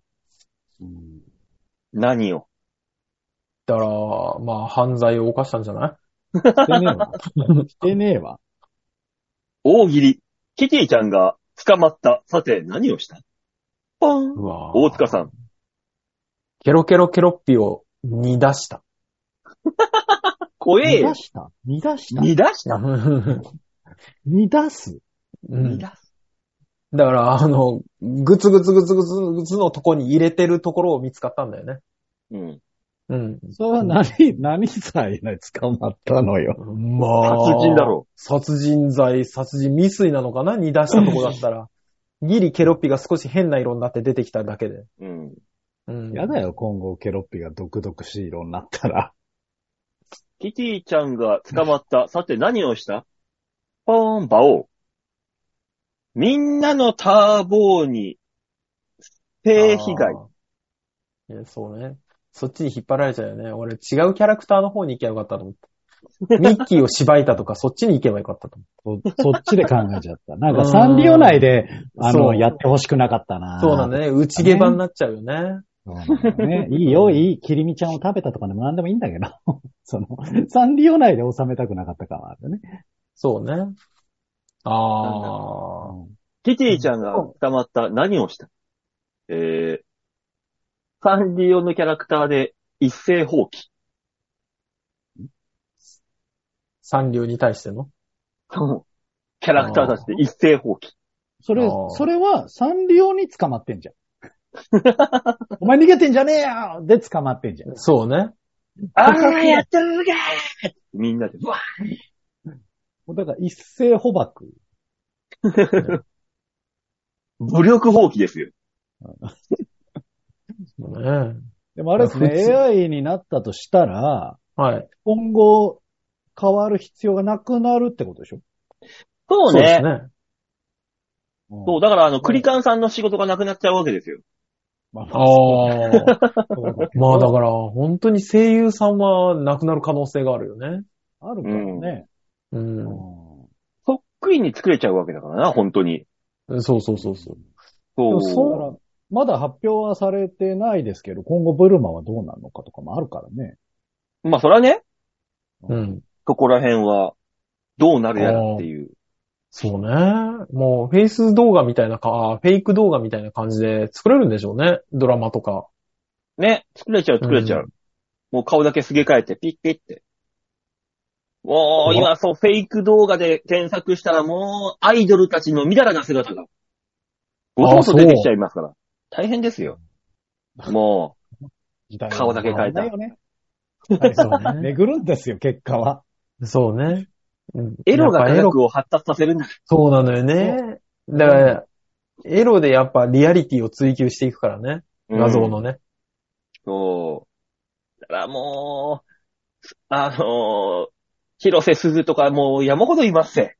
Speaker 3: うん
Speaker 1: 何を。
Speaker 2: だから、まあ、犯罪を犯したんじゃない
Speaker 3: してねえわ。 してねえわ。
Speaker 1: 大喜利。キティちゃんが捕まった。さて、何をしたポン。
Speaker 2: うわ
Speaker 1: 大塚さん。
Speaker 2: ケロケロケロッピを煮 出した。
Speaker 1: 怖え
Speaker 3: 煮
Speaker 1: よ
Speaker 3: 出。した煮出した
Speaker 1: 煮出し
Speaker 2: う
Speaker 1: た
Speaker 2: ん
Speaker 3: 煮出す
Speaker 1: 出す。
Speaker 2: だから、あの、グツグツグツグツグツのとこに入れてるところを見つかったんだよね。
Speaker 1: うん。
Speaker 2: うん。
Speaker 3: それは何、何罪で捕まったのよ。
Speaker 2: まあ。
Speaker 1: 殺人だろ
Speaker 2: 殺人罪、殺人未遂なのかな煮出したとこだったら。ギリケロッピが少し変な色になって出てきただけで。
Speaker 1: う。うん。
Speaker 2: うん。
Speaker 3: やだよ、今後ケロッピが毒々しい色になったら。
Speaker 1: キティちゃんが捕ま った。さて何をしたポーン、バオ。みんなのターボーに、性被害。
Speaker 2: あー。いや、そうね。そっちに引っ張られちゃうよね。俺違うキャラクターの方に行けばよかったと思った。ミッキーを縛いたとか、そっちに行けばよかったと思
Speaker 3: そそっちで考えちゃ った。なん
Speaker 2: う
Speaker 3: か
Speaker 2: ん
Speaker 3: サンリオ内で、あ
Speaker 2: そ
Speaker 3: の、
Speaker 2: う
Speaker 3: やってほしくなかったな。
Speaker 2: った。そうなんだね。内毛場になっちゃうよね。
Speaker 3: そうなんだよね。いい よ、いい。キリミちゃんを食べたとかでも何でもいいんだけど。 その、サンリオ内で収めたくなかった感はあるね。
Speaker 2: そうね。
Speaker 1: なんだ
Speaker 2: ああ。
Speaker 1: キティちゃんが捕まった。何をしたえー、サンリオのキャラクターで一斉放棄。
Speaker 2: サンリオに対しての。
Speaker 1: キャラクターたちで一斉放棄。
Speaker 3: それ
Speaker 2: あー、
Speaker 3: それはサンリオに捕まってんじゃん。 お前逃げてんじゃねえよで捕まってんじゃん。
Speaker 2: そうね。
Speaker 1: ああ、やってるがーみんなで、うわ
Speaker 3: だから一斉捕獲。
Speaker 1: 武力放棄ですよ。
Speaker 2: そうね。
Speaker 3: でもあれです
Speaker 2: まあ普
Speaker 3: ね、
Speaker 2: 通
Speaker 3: AI になったとしたら、
Speaker 2: はい。
Speaker 3: 今後変わる必要がなくなるってことでしょ
Speaker 1: そう
Speaker 2: そうで
Speaker 1: ね。
Speaker 2: すね。
Speaker 1: そう、だからあの、クリカンさんの仕事がなくなっちゃうわけですよ。
Speaker 3: まあま
Speaker 2: あ
Speaker 3: あ
Speaker 2: あ。
Speaker 3: そうだけど
Speaker 2: まあだから、本当に声優さんはなくなる可能性があるよね。
Speaker 3: あるからね。
Speaker 2: うん。
Speaker 1: そっくりに作れちゃうわけだからな、本当に。
Speaker 2: そうそうそうそう。
Speaker 3: で
Speaker 1: そ
Speaker 3: も
Speaker 1: う。
Speaker 3: そうだからまだ発表はされてないですけど、今後ブルマはどうなるのかとかもあるからね。
Speaker 1: まあ、それはね、
Speaker 2: うん。
Speaker 1: そこら辺は、どうなるやらっていう。
Speaker 2: そうね。もう、フェイス動画みたいなか、あフェイク動画みたいな感じで作れるんでしょうね。ドラマとか。
Speaker 1: ね、作れちゃう、作れちゃう。
Speaker 2: うん
Speaker 1: もう顔だけすげ替えて、ピッピッって。もう、
Speaker 2: うわ
Speaker 1: 今そう、フェイク動画で検索したら、もう、アイドルたちのみだらな姿が、ごとごと出てきちゃいますから。大変ですよ。も
Speaker 3: 時代
Speaker 1: 顔だけ変えた
Speaker 3: よね。はいそうね。巡るんですよ、結果は。
Speaker 2: そう ね。うん
Speaker 1: う、エロが
Speaker 2: やっぱ
Speaker 1: 科学を発達させるんだ。
Speaker 2: そうなのよね。だから、エロでやっぱリアリティを追求していくからね。画像の ね。
Speaker 1: そう。だからもう、あのー広瀬すずとかもう山ほどいますせ。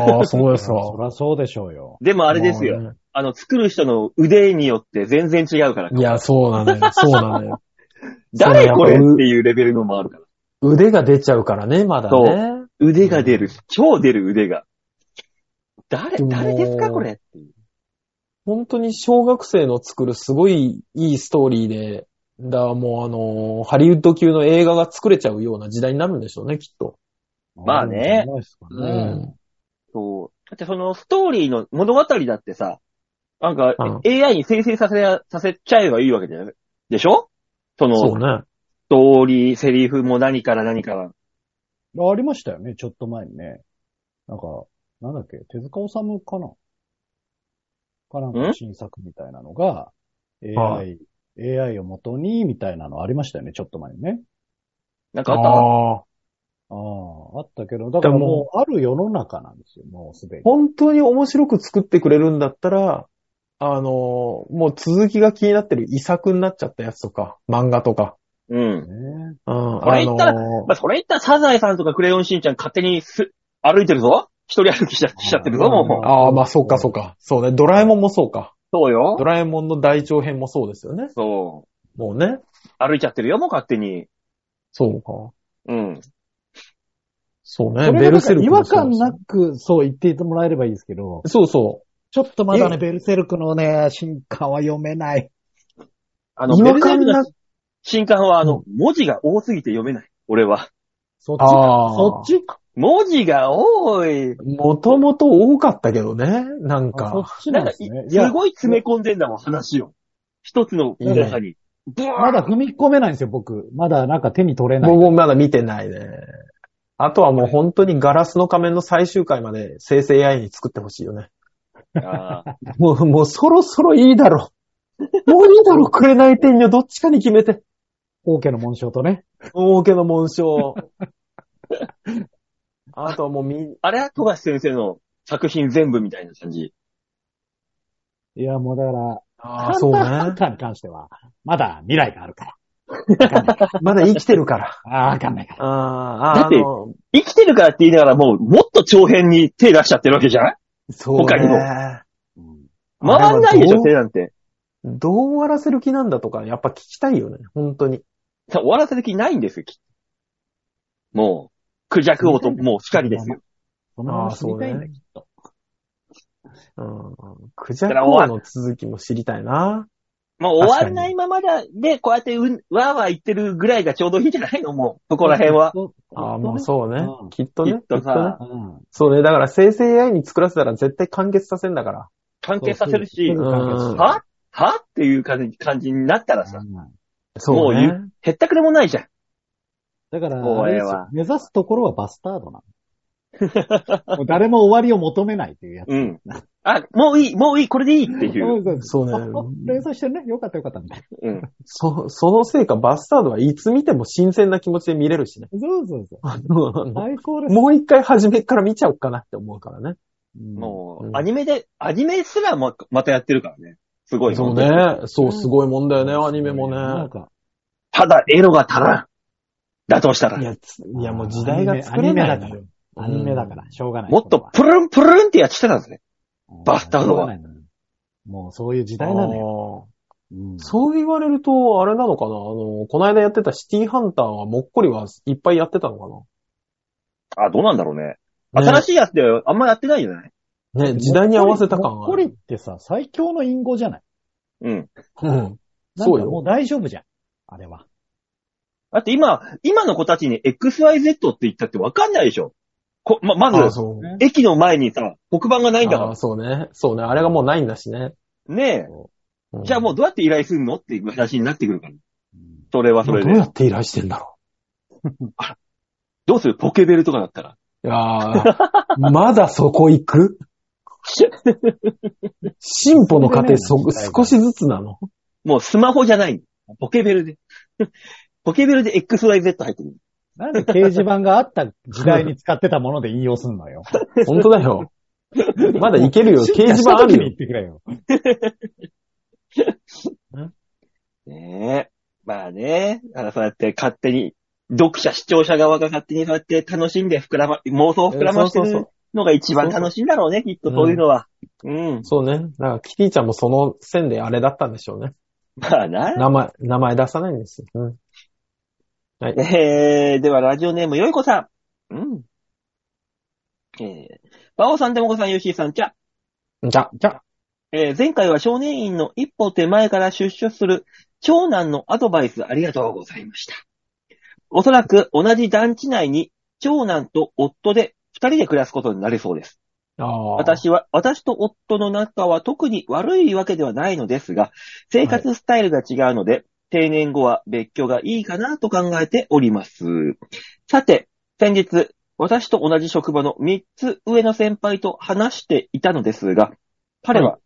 Speaker 2: ああ、そうです
Speaker 3: そ
Speaker 2: わ。
Speaker 3: りゃそうでしょうよ。
Speaker 1: でもあれですよ。
Speaker 2: もうね。
Speaker 1: あの、作る人の腕によって全然違うから。
Speaker 2: いや、そうなのよ。そうなのよ。
Speaker 1: 誰これ
Speaker 2: そうやっぱう
Speaker 1: っていうレベルのもあるから。
Speaker 2: 腕が出ちゃうからね、まだ
Speaker 1: そ
Speaker 2: ね。
Speaker 1: 腕が出る。超出る腕が。誰、
Speaker 2: でも
Speaker 1: 誰ですかこれっていう。
Speaker 2: 本当に小学生の作るすごいいいストーリーで、だからもうあのー、ハリウッド級の映画が作れちゃうような時代になるんでしょうね、きっと。
Speaker 1: まあね
Speaker 3: そうですかね
Speaker 1: うんそう。だってそのストーリーの物語だってさ、なんか
Speaker 2: うん
Speaker 1: AI に生成させ、させちゃえばいいわけじゃないでしょその、
Speaker 2: そう
Speaker 1: ス
Speaker 2: ね。
Speaker 1: トーリー、セリフも何から何から。
Speaker 3: ありましたよね、ちょっと前にね。なんか、なんだっけ、手塚治虫かなかなんかの
Speaker 1: ん
Speaker 3: 新作みたいなのが、
Speaker 2: は
Speaker 3: AI、AI を元に、みたいなのありましたよね、ちょっと前にね。
Speaker 1: なんかあっ
Speaker 2: ああ。
Speaker 3: ああ、あったけど、だから
Speaker 2: でも
Speaker 3: もう、ある世の中なんですよ、もうすでに。
Speaker 2: 本当に面白く作ってくれるんだったら、あのー、もう続きが気になってる遺作になっちゃったやつとか、漫画とか。
Speaker 1: たうん。
Speaker 3: ね
Speaker 2: うん。
Speaker 1: これ言ったら
Speaker 2: あのー
Speaker 1: まあ、それ言ったらサザエさんとかクレヨンしんちゃん勝手にす、歩いてるぞ一人歩きしちゃしちゃってるぞ、もう。
Speaker 2: ああ、まあ、そうか、そうか。そうね。ドラえもんもそうか。
Speaker 1: そうよ
Speaker 2: ド。ラえもんの大長編もそうですよね。
Speaker 1: そう。
Speaker 2: もうね。
Speaker 1: 歩いちゃってるよ、もう勝手に。
Speaker 2: そうか。
Speaker 1: うん。
Speaker 2: そう
Speaker 3: そ
Speaker 2: ね。
Speaker 3: れ
Speaker 2: ベ
Speaker 3: がな
Speaker 2: ル
Speaker 3: んか
Speaker 2: セルク
Speaker 3: 違
Speaker 2: も
Speaker 3: 和
Speaker 2: そう
Speaker 3: 感
Speaker 2: だし
Speaker 3: なく、そう言ってもらえればいいですけど、
Speaker 2: そうそ
Speaker 3: ちょっとまだね、
Speaker 2: え
Speaker 3: ベルセルクのね、進化は読めない。
Speaker 1: あ
Speaker 2: う。
Speaker 1: の、
Speaker 2: 違
Speaker 1: ベ
Speaker 2: 和
Speaker 1: ルセ
Speaker 2: 感
Speaker 1: ル
Speaker 2: な
Speaker 1: の
Speaker 2: く。
Speaker 1: 新刊は、あの、文字が多すぎて読めない。俺は。
Speaker 3: そっちか。
Speaker 2: ああ。
Speaker 3: そっち
Speaker 1: 文字が多い。
Speaker 2: もともと多かったけどね。なん
Speaker 3: あそっ
Speaker 2: か。
Speaker 3: ち
Speaker 1: な
Speaker 3: なんん
Speaker 1: か
Speaker 3: で
Speaker 1: い、
Speaker 3: すね。い
Speaker 1: す
Speaker 3: や、
Speaker 1: ごい詰め込んでんだもん、話を。一つの中に。ブワ
Speaker 3: ま
Speaker 1: ー
Speaker 3: だ踏み込めないんですよ、僕。まだなんか手に取れない。
Speaker 2: 僕もまだ見てないね。あとはもう本当にガラスの仮面の最終回まで生成 AI に作ってほしいよね。
Speaker 1: あー
Speaker 2: もう、もうそろそろいいだろ う。もういいだろう、くれない天女、どっちかに決めて。
Speaker 3: 王家の紋章とね。
Speaker 2: 大家の紋章。 あとはもうみ、
Speaker 1: あれは富樫先生の作品全部みたいな感じ。
Speaker 3: いや、もうだから、
Speaker 2: ああ、そう
Speaker 3: ハン
Speaker 2: ね。
Speaker 3: ターに関しては、まだ未来があるから。
Speaker 2: まだ生きてるから。
Speaker 3: ああ、わかんないから。
Speaker 2: ああ、
Speaker 1: だって
Speaker 2: あの、
Speaker 1: 生きてるからって言いながらもう、もっと長編に手出しちゃってるわけじゃない
Speaker 2: そう、ね。
Speaker 1: 他にも
Speaker 3: うん
Speaker 1: 回んないでし
Speaker 2: あれはど
Speaker 1: ょ、
Speaker 2: う
Speaker 1: 手なんて。
Speaker 2: どう終わらせる気なんだとか、やっぱ聞きたいよね。本当に。
Speaker 1: さ終わらせる気ないんですよ、きっともう、クジャク王ともう光ですよ。
Speaker 3: その話知りたいんだ
Speaker 2: あーそうね
Speaker 3: きっと。
Speaker 2: うん。クジャク王の続きも知りたいな。
Speaker 1: もう終わらないままだ、で、こうやってうん、わーわー言ってるぐらいがちょうどいいんじゃないのもう、そこら辺は。
Speaker 3: そう。
Speaker 2: ああ、もうそうね
Speaker 3: うん。
Speaker 2: きっとね。
Speaker 1: きっとさ
Speaker 2: ね
Speaker 3: うん。
Speaker 2: そうね。だから生成 AI に作らせたら絶対完結させんだから。
Speaker 1: 完結させるし
Speaker 3: そう、
Speaker 2: ん
Speaker 3: そう
Speaker 1: ははっていう感じ感じになったらさ、
Speaker 3: うん
Speaker 2: そうね。
Speaker 1: もへったくれもないじゃん。
Speaker 3: だから、
Speaker 1: もう
Speaker 3: あれです
Speaker 1: ええ
Speaker 3: よ
Speaker 1: わ
Speaker 3: 目指すところはバスタードな の。もう誰も終わりを求めないっていうやつ。
Speaker 1: うん。あ、もういい、もういい、これでいいっていう。
Speaker 2: そうね
Speaker 3: あ連載してるね。よかったよかったみたい
Speaker 1: うん。
Speaker 2: そ、そのせいかバスタードはいつ見ても新鮮な気持ちで見れるしね。
Speaker 3: な。そうそうそう。
Speaker 2: あの
Speaker 3: 最高です。
Speaker 2: もう一回初めから見ちゃおうかなって思うからね。
Speaker 3: うん
Speaker 1: も
Speaker 2: う
Speaker 1: う、
Speaker 2: ん
Speaker 1: アニメで、アニメすらもまたやってるからね。すごい。
Speaker 2: そう
Speaker 1: 本当に。
Speaker 2: ね。そう、すごいもんだよね、アニメも
Speaker 3: なん
Speaker 2: ね。
Speaker 3: か、
Speaker 1: ただ、エロが足らん。だとしたら
Speaker 2: い、や、ついやもう時代が作れないのよ。
Speaker 3: アニメだから、しょうがない。
Speaker 1: もっとプルンプルンってやってたんですね。バスタードは
Speaker 3: しょうがないのよ。もうそういう時
Speaker 2: あー。
Speaker 3: 代なのよ。うん
Speaker 2: そう言われると、あれなのかなあの、この間やってたシティハンターはもっこりはいっぱいやってたのか
Speaker 1: あ、どうなんだろうね。
Speaker 2: な
Speaker 1: 新しいやつであんまやってないじゃない
Speaker 2: ね、時代に合わせた感
Speaker 3: もっ
Speaker 2: が
Speaker 3: こ
Speaker 2: あ
Speaker 3: り
Speaker 2: る。
Speaker 3: ってさ、最強の隠語じゃない
Speaker 1: うん。
Speaker 2: うん。
Speaker 3: なん
Speaker 2: そう
Speaker 3: かも
Speaker 2: よ
Speaker 3: う。大丈夫じゃん。あれは。
Speaker 1: だって今、今の子たちに XYZ って言ったってわかんないでしょ。こま、ま
Speaker 2: あ
Speaker 1: ず、
Speaker 2: そう。
Speaker 1: 駅の前にさ、黒板がないんだ
Speaker 2: あ
Speaker 1: か
Speaker 2: そうね。そうね。あれがもうないんだしね。
Speaker 1: ら。ね
Speaker 3: そ
Speaker 2: うん
Speaker 1: え。じゃあもうどうやって依頼するのっていう話になってくるから。
Speaker 3: ううん
Speaker 1: それはそ
Speaker 2: もう
Speaker 1: れ
Speaker 2: どう
Speaker 1: で
Speaker 2: や。って依頼してんだろ
Speaker 1: どうするポケベルとかだったら。
Speaker 2: う。いやー まだそこ行く進歩の過程、そ、少しずつなの
Speaker 1: もうスマホじゃない。ポケベルで。 ポケベルで XYZ 入ってる。
Speaker 3: なんで掲示板があった時代に使ってたもので引用すんのよ。
Speaker 2: 本当だよ。まだいける よ。掲示板あ
Speaker 3: 進化した時
Speaker 2: る
Speaker 3: に
Speaker 2: よ
Speaker 3: 言っ。てくれよ。
Speaker 1: ねえ。まあね。だからそうやって勝手に、読者、視聴者側が勝手にそうやって楽しんで膨らま、妄想を膨らまして
Speaker 2: そうそう
Speaker 1: るのが一番楽しいんだろうね、きっとそういうのは。うん。
Speaker 2: そうね。だからキティちゃんもその線であれだったんでしょうね。
Speaker 1: まあな。
Speaker 2: 名前、名前出さないんですよ。うん。
Speaker 1: えー、では、ラジオネーム、よいこさん。うん。えー、バオさん、てもこさん、ゆうしーさん、じゃ。
Speaker 2: じゃ、じゃ、
Speaker 1: えー、前回は少年院の一歩手前から出所する長男のアドバイスありがとうございました。おそらく同じ団地内に長男と夫で二人で暮らすことになりそうです。
Speaker 2: ああ。。
Speaker 1: 私は、私と夫の仲は特に悪いわけではないのですが、生活スタイルが違うので、定年後は別居がいいかなと考えております。さて、先日、私と同じ職場の3つ上の先輩と話していたのですが、彼は、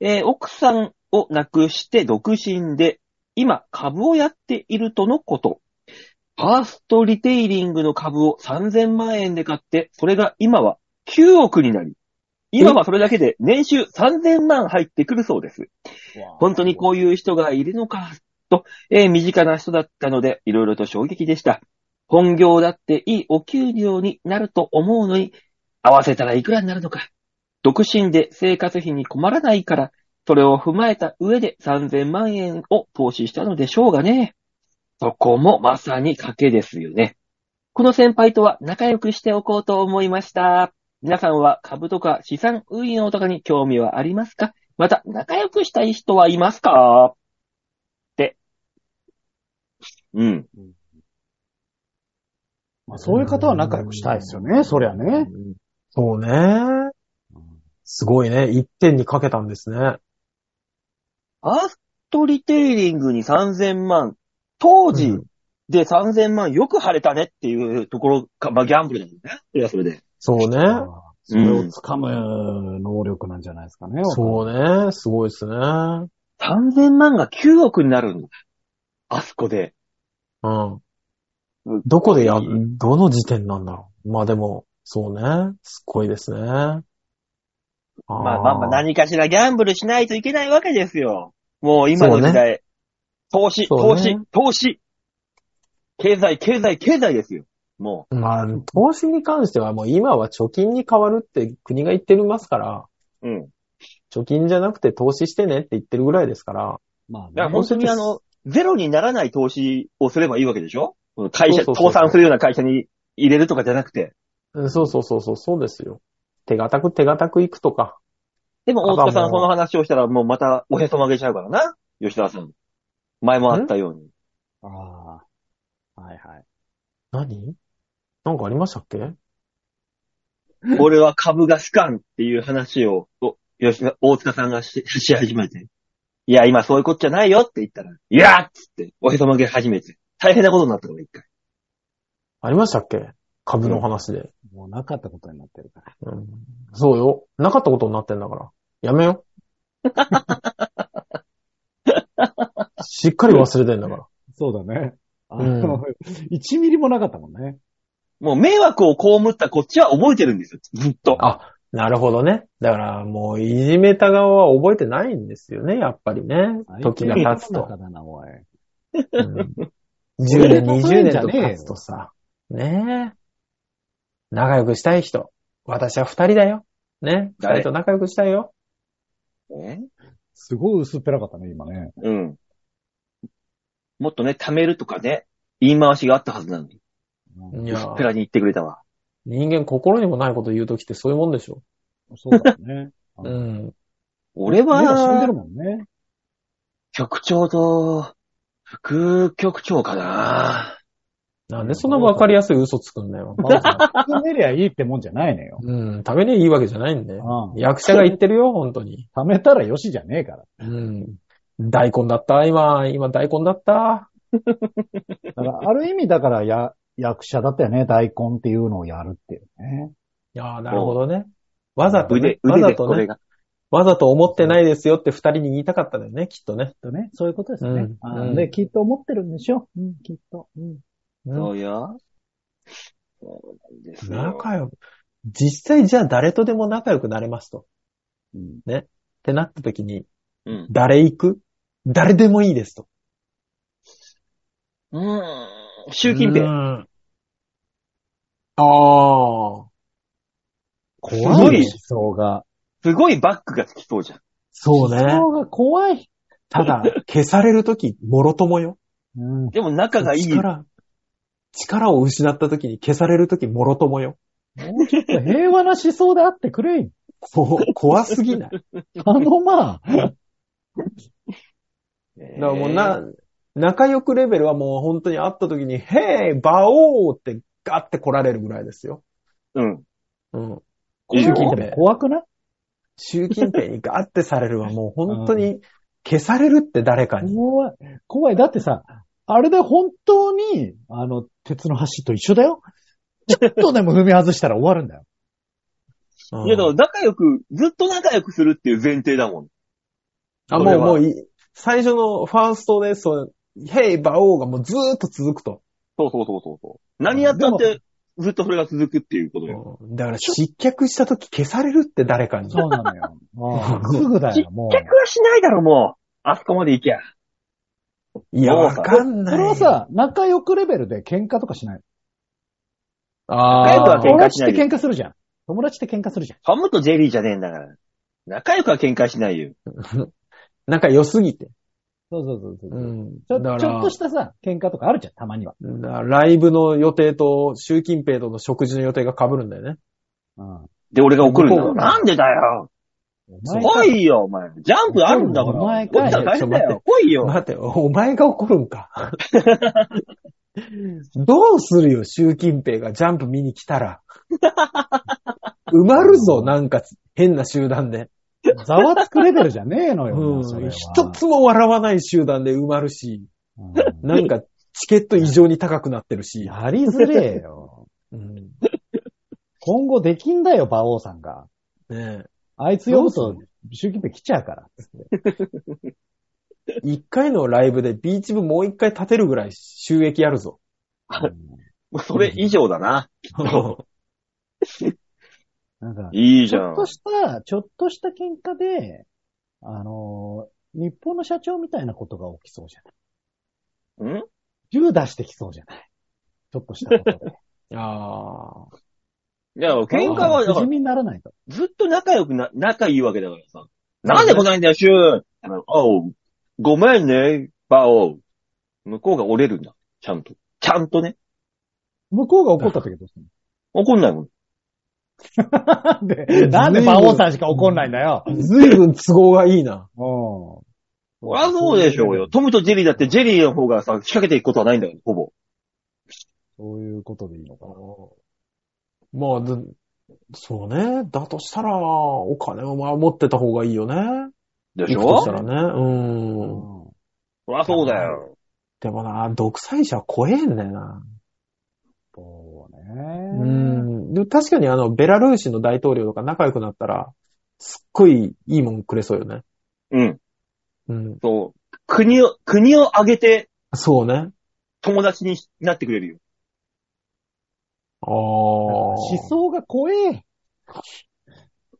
Speaker 1: えー奥さんを亡くして独身で、今株をやっているとのこと。ファーストリテイリングの株を3000万円で買って、それが今は9億になり、今はそれだけで年収3000万入ってくるそうです。本当にこういう人がいるのか、と、えー身近な人だったので、いろいろと衝撃でした。本業だっていいお給料になると思うのに、合わせたらいくらになるのか。独身で生活費に困らないから、それを踏まえた上で3000万円を投資したのでしょうがね。そこもまさに賭けですよね。この先輩とは仲良くしておこうと思いました。皆さんは株とか資産運用とかに興味はありますかまた、仲良くしたい人はいますかって。うん。
Speaker 3: まあ、そういう方は仲良くしたいですよね、そりゃね。
Speaker 2: そうね。すごいね。一点にかけたんですね。
Speaker 1: ファーストリテイリングに3000万、当時で3000万よく晴れたねっていうところか、まあギャンブルだよね。それはそれで。
Speaker 2: そうね。
Speaker 3: それを掴む能力なんじゃないですかね。
Speaker 2: そうね。すごいですね。うん。
Speaker 1: 3000万が9億になるんだ。あそこで。
Speaker 2: どこでや、どの時点なんだろう。まあでも、そうね。すっごいですね。ま
Speaker 1: ま
Speaker 2: あ
Speaker 1: あまあまあ
Speaker 2: い
Speaker 1: 何かしらギャンブルしないといけないわけですよ。もう今の時代。投資、
Speaker 2: そう
Speaker 1: 投
Speaker 2: ね
Speaker 1: 資、投資。経済、経済、経済ですよ。も
Speaker 2: まあ、投資に関してはもう今は貯金に変わるって国が言ってますから、
Speaker 1: う。うん。
Speaker 2: 貯金じゃなくて投資してねって言ってるぐらいですから、
Speaker 3: ま
Speaker 1: だか
Speaker 3: あ
Speaker 1: ら
Speaker 3: ね。
Speaker 1: 本当にあの、ゼロにならない投資をすればいいわけでしょ会社、
Speaker 2: そうそうそ
Speaker 1: 倒
Speaker 2: う
Speaker 1: 産するような会社に入れるとかじゃなくて。
Speaker 2: うんそうそうそうそう、そうですよ。手堅く手堅く行くとか。
Speaker 1: でも大塚さ
Speaker 2: あま
Speaker 1: ん
Speaker 2: あ
Speaker 1: その話をしたらもうまたおへそ曲げちゃうからな。吉田さん。前もあったように。
Speaker 3: ああ。はいはい。
Speaker 2: 何なんかありましたっけ
Speaker 1: 俺は株が好かんっていう話を、お吉田、大塚さんがし、し始めて。いや、今そういうことじゃないよって言ったら、いやっつって、おへそ曲げ始めて。大変なことになったから、一回。
Speaker 2: ありましたっけ株の話で、
Speaker 3: もうなかったことになってるから。
Speaker 2: うんそうよ。なかったことになってんだから。やめよ。 しっかり忘れてんだから。
Speaker 3: そうだね。あ
Speaker 2: う
Speaker 3: の、1ミリ もなかったもんね。
Speaker 1: もう迷惑を被ったこっちは覚えてるんですよ。ずっと。
Speaker 2: あ、なるほどね。だからもういじめた側は覚えてないんですよね、やっぱりね。時が経つ
Speaker 3: 相
Speaker 2: と。
Speaker 3: 手の世の中だな、おい。
Speaker 2: うん10年、
Speaker 3: それ
Speaker 2: 20
Speaker 3: で例えん
Speaker 2: 年
Speaker 3: じゃ
Speaker 2: と
Speaker 3: ねえよ
Speaker 2: 経つとさ、ねえ。仲良くしたい人。私は二人だよ。ね。二
Speaker 1: 誰
Speaker 2: 人と仲良くしたいよ。
Speaker 1: え
Speaker 3: すごい薄っぺらかったね、今ね。
Speaker 1: うん。もっとね、貯めるとかね、言い回しがあったはずなのに。
Speaker 2: いや
Speaker 1: 薄っぺらに言ってくれたわ。
Speaker 2: 人間心にもないこと言うときってそういうもんでしょ。
Speaker 3: そうだ ね。う
Speaker 2: うんん。
Speaker 1: 俺
Speaker 3: 目が死んで
Speaker 1: は
Speaker 3: る、もんね。
Speaker 1: 局長と、副局長かな。
Speaker 2: なんでそんなわかりやすい嘘つくんだ よ。
Speaker 3: 死んでりゃいいってもんじゃないのよ。
Speaker 2: うん。食べりゃいいわけじゃないんだよ。
Speaker 3: うん。
Speaker 2: 役者が言ってるよ、本当に。
Speaker 3: 貯めたらよしじゃねえから。
Speaker 2: うん。大根だった、今。今大根だった。
Speaker 3: だから、ある意味だから、や、役者だったよね。大根っていうのをやるっていうね。
Speaker 2: いやーなるほどね。わざとね
Speaker 1: 腕、、
Speaker 2: わ
Speaker 1: 腕
Speaker 2: ざ
Speaker 1: で
Speaker 2: と
Speaker 1: こ
Speaker 2: ね
Speaker 1: れ、が。
Speaker 2: わざと思ってないですよって二人に言いたかったんだよね、きっとね。
Speaker 3: とね、そういうことですね。
Speaker 2: うん
Speaker 3: あー
Speaker 2: うん
Speaker 3: で、きっと思ってるんでしょ。うん、きっと。うん。
Speaker 2: うん
Speaker 1: そうよ。そうなんですよ。
Speaker 2: 仲良く、実際じゃあ誰とでも仲良くなれますと。っ
Speaker 3: うん。
Speaker 2: てなった時に、
Speaker 1: うん。
Speaker 2: 誰行く誰でもいいですと。
Speaker 1: うーん。習近平。
Speaker 2: ああー。
Speaker 1: すご
Speaker 2: 怖
Speaker 1: い
Speaker 2: い
Speaker 3: 思
Speaker 2: ね。
Speaker 3: 想が。
Speaker 1: すごいバックがつきそうじゃん。
Speaker 2: そうね。
Speaker 3: 顔が怖い。
Speaker 2: ただ、消されるとき、もろともよ。
Speaker 3: うん。
Speaker 1: でも仲がいい。
Speaker 2: 力、力を失ったときに消されるとき、もろともよ。
Speaker 3: 平和な思想であってくれい。
Speaker 2: そう、怖す ぎない。
Speaker 3: あの、まあ、
Speaker 1: だ
Speaker 2: だからもうな、仲良くレベルはもう本当に会った時に、へーバオーってガッて来られるぐらいですよ。
Speaker 1: うん。
Speaker 2: うん。
Speaker 1: いい
Speaker 2: 習
Speaker 1: よ
Speaker 2: 近
Speaker 3: 怖くない
Speaker 2: 平。
Speaker 3: 怖くない
Speaker 2: 習近平にガッてされるはもう本 当に消されるって誰かに。
Speaker 3: 怖い。怖い。だってさ、あれで本当に、あの、鉄の橋と一緒だよ。ちょっとでも踏み外したら終わるんだよ。
Speaker 2: うん
Speaker 1: いや、だから仲良く、ずっと仲良くするっていう前提だもん。そ
Speaker 2: あ、も
Speaker 1: れ
Speaker 2: う
Speaker 1: は
Speaker 2: もうい最初のファーストで、そう、ヘイバオーがもうずーっと続くと。
Speaker 1: そうそうそうそうそう。何やったって、ずっとそれが続くっていうことよ。
Speaker 2: うんだから失脚した時消されるって誰かに。
Speaker 3: そうなのよ。ああすぐだよ、 もう。
Speaker 1: 逆はしないだろ、もう。あそこまで行きゃ。
Speaker 2: いや、わかんない。
Speaker 3: それは、さ、仲良くレベルで喧嘩とかしない。
Speaker 1: 仲良く
Speaker 2: あ
Speaker 1: は
Speaker 2: ー
Speaker 1: 喧
Speaker 3: 友
Speaker 1: 嘩し
Speaker 3: 達
Speaker 1: ない
Speaker 3: って
Speaker 1: よ
Speaker 3: 喧嘩するじゃん。友達って喧嘩するじゃん。
Speaker 1: ハムとジェリーじゃねえんだから。仲良くは喧嘩しないよ。
Speaker 2: なんか良すぎて。
Speaker 3: そうそうそうそうう、
Speaker 2: ん。
Speaker 3: ちょ。
Speaker 2: だから
Speaker 3: ちょっとしたさ、喧嘩とかあるじゃん、たまには。
Speaker 2: だからライブの予定と習近平との食事の予定が被るんだよね。
Speaker 3: うん。
Speaker 1: で、俺が怒るんだ
Speaker 2: 向こ
Speaker 1: よ。
Speaker 2: うが
Speaker 1: なんでだよ。
Speaker 3: お
Speaker 1: す
Speaker 3: 前か
Speaker 1: ごいよ、お前。ジャンプあるんだから。
Speaker 3: お前
Speaker 1: こ
Speaker 3: か
Speaker 1: っちは大変だ
Speaker 2: ちょ
Speaker 1: よ。来いよ。
Speaker 2: 待って、お前が怒るんか。どうするよ、習近平がジャンプ見に来たら。埋まるぞ、なんか変な集団で。
Speaker 3: ざわつくレベルじゃねえのよ。も
Speaker 2: う
Speaker 3: うそ
Speaker 2: ん。
Speaker 3: れは
Speaker 2: 一つも笑わない集団で埋まるし、
Speaker 3: うん
Speaker 2: なんかチケット異常に高くなってるし。
Speaker 3: やりづれえよ。
Speaker 2: うん、ね
Speaker 3: 今後できんだよ、馬王さんが。
Speaker 2: え
Speaker 3: あいつ呼ぶと、習近平来ちゃうから。
Speaker 2: 一回のライブでビーチ部もう一回立てるぐらい収益あるぞ。
Speaker 1: それ以上だな。
Speaker 3: なんか、
Speaker 1: いい
Speaker 3: ち
Speaker 1: じゃ
Speaker 3: ょ
Speaker 1: ん
Speaker 3: っ。とした、ちょっとした喧嘩で、あのー日本の社長みたいなことが起きそうじゃない。
Speaker 1: ん
Speaker 3: 銃出してきそうじゃない。ちょっとしたことで。
Speaker 2: ああ。
Speaker 1: いや、 喧嘩は、だか
Speaker 3: 不死
Speaker 1: ら、
Speaker 3: 身にならないと。
Speaker 1: ずっと仲良くな、仲いいわけだからさ。なんで来ないんだよ、シューあのおう、ごめんね、バオ。向こうが折れるんだ。ちゃんと。ちゃんとね。
Speaker 3: 向こうが怒った時どうする
Speaker 1: 怒んないもん。
Speaker 3: なんで、なんで馬王さんしか怒んないんだよ。
Speaker 2: ずいぶん都合がいいな。
Speaker 3: うん。
Speaker 1: そりゃそうでしょうよ。トムとジェリーだってジェリーの方がさ、仕掛けていくことはないんだよ、ほぼ。
Speaker 3: そういうことでいいのかな。
Speaker 2: まあ、でそうね。だとしたら、お金をまあ持ってた方がいいよね。
Speaker 1: でし
Speaker 2: 行くと
Speaker 1: ょ
Speaker 2: したらね。うん。
Speaker 3: うん
Speaker 1: そりゃそうだよ。
Speaker 2: でもな、独裁者は怖えんだよな。
Speaker 3: そうね。
Speaker 2: うん。でも確かにあの、ベラルーシの大統領とか仲良くなったら、すっごいいいもんくれそうよね。
Speaker 1: うん。
Speaker 2: うん。
Speaker 1: そう。国を、国を挙げて
Speaker 2: そうね。
Speaker 1: 友達になってくれるよ。
Speaker 2: ああ。
Speaker 3: 思想が怖え。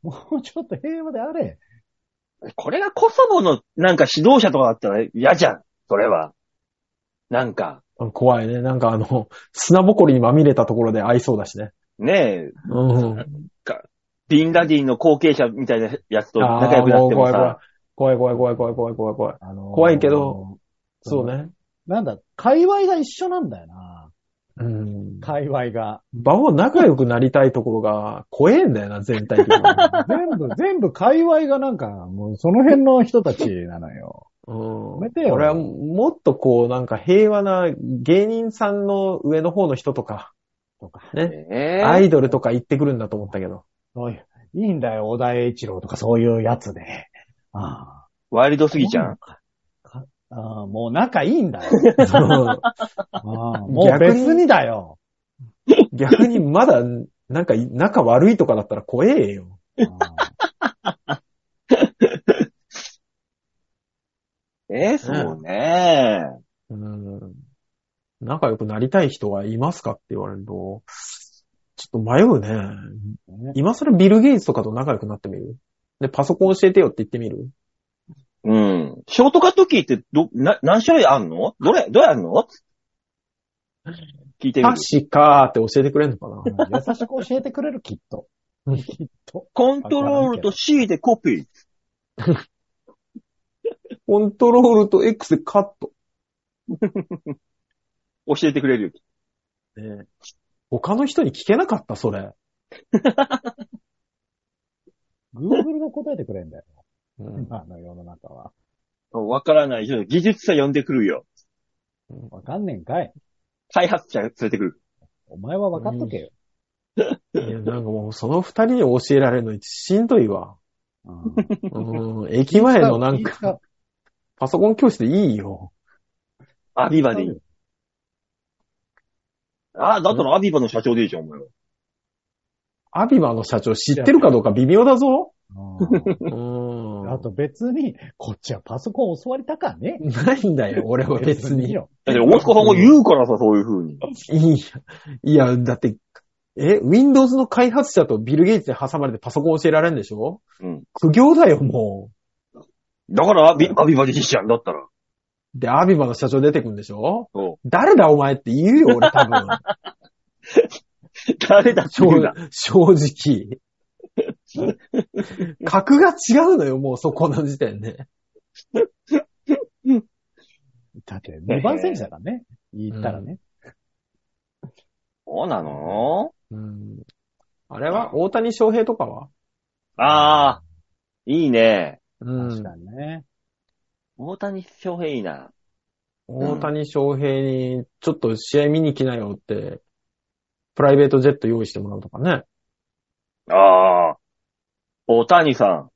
Speaker 3: もうちょっと平和であれ。
Speaker 1: これがコソボのなんか指導者とかだったら嫌じゃん。それは。なんか、
Speaker 2: 怖いね。なんかあの、砂ぼこりにまみれたところで合いそうだしね。
Speaker 1: ねえ、
Speaker 2: うん。
Speaker 1: ビンラディンの後継者みたいなやつと仲良く
Speaker 2: あー
Speaker 1: な
Speaker 2: も
Speaker 1: っ
Speaker 2: う
Speaker 1: ても
Speaker 2: 怖い怖い
Speaker 1: さ、。
Speaker 2: 怖い怖い怖い怖い怖い怖い怖い。
Speaker 3: あのー
Speaker 2: 怖いけど。そうね。
Speaker 3: なんだ、界隈が一緒なんだよな。
Speaker 2: うん。
Speaker 3: 界隈 が。
Speaker 2: 場を仲良くなりたいところが怖えんだよ な、全体的に。
Speaker 3: 全部、全部界隈がなんか、もうその辺の人たちなのよ。
Speaker 2: うん。
Speaker 3: めてよ
Speaker 2: 俺はもっとこう、なんか平和な芸人さんの上の方の人とか、
Speaker 3: とか。
Speaker 2: ね。
Speaker 1: え
Speaker 2: アイドルとか行ってくるんだと思ったけ ど。
Speaker 3: そういう、いいんだよ、小田栄一郎とかそういうやつで。ああ。
Speaker 1: ワイルドすぎちゃん。
Speaker 3: かああもう仲いいんだよ。
Speaker 2: そう
Speaker 3: ああもう
Speaker 2: 逆に
Speaker 3: 別にだよ。
Speaker 2: 逆にまだ、なんか仲悪いとかだったら怖えよ。
Speaker 1: えーそうね
Speaker 2: うん。仲良くなりたい人はいますかって言われると、ちょっと迷うね。今更ビル・ゲイツとかと仲良くなってみるで、パソコン教えてよって言ってみる
Speaker 1: うん。ショートカットキーってど、な、何種類あんのどれ、どれあんの聞いてみる。
Speaker 2: 確かーって教えてくれんのかな
Speaker 3: ああ優しく教えてくれる、きっと。
Speaker 2: うん
Speaker 3: きっと。
Speaker 1: コントロールと C でコピー。
Speaker 2: コントロールと X でカット。
Speaker 1: 教えてくれるよ。
Speaker 2: ね、他の人に聞けなかった、それ。
Speaker 3: Google が答えてくれんだよ。
Speaker 2: うん
Speaker 3: 今の世の中は。
Speaker 1: わからない人、技術者呼んでくるよ。
Speaker 3: わかんねんかい。
Speaker 1: 開発者連れてくる。
Speaker 3: お前はわかっとけよ。
Speaker 2: いや、なんかもう、その二人に教えられるのしんどいわ。
Speaker 3: うん
Speaker 2: うん、駅前のなんか、、パソコン教室でいいよ。
Speaker 1: アビ
Speaker 3: ビ
Speaker 1: バでいい。ああ、だったらアビバの社長でいいじゃん、お前は。
Speaker 2: アビマの社長知ってるかどうか微妙だぞ。う。
Speaker 3: うんんあと別に、こっちはパソコン教わりたかね。
Speaker 2: ないんだよ、俺は別に。い
Speaker 3: よ。
Speaker 1: だって大塚さんが言うからさ、そういう風に。
Speaker 2: いや、いや、だって、え、Windows の開発者とビル・ゲイツに挟まれてパソコン教えられるんでしょ
Speaker 1: うん。
Speaker 2: 苦行だよ、も
Speaker 1: だからアビ、アビバでいいじゃん、だったら。
Speaker 2: う。で、アビマの社長出てくるんでしょ
Speaker 1: そ
Speaker 2: 誰だお前って言うよ、俺多 分。
Speaker 1: う。誰だって
Speaker 2: 正
Speaker 1: 言うな。
Speaker 2: 正直。格が違うのよ、もうそこの時点で。
Speaker 3: だって2番選手だからね。言ったらね。
Speaker 1: そうなの
Speaker 2: うん、あれは大谷翔平とかは
Speaker 1: ああ、いいね。
Speaker 2: うん
Speaker 3: 確。かにね。
Speaker 1: 大谷翔平いいな。
Speaker 2: 大谷翔平に、ちょっと試合見に来なよって、プライベートジェット用意してもらうとかね。
Speaker 1: ああ、大谷さ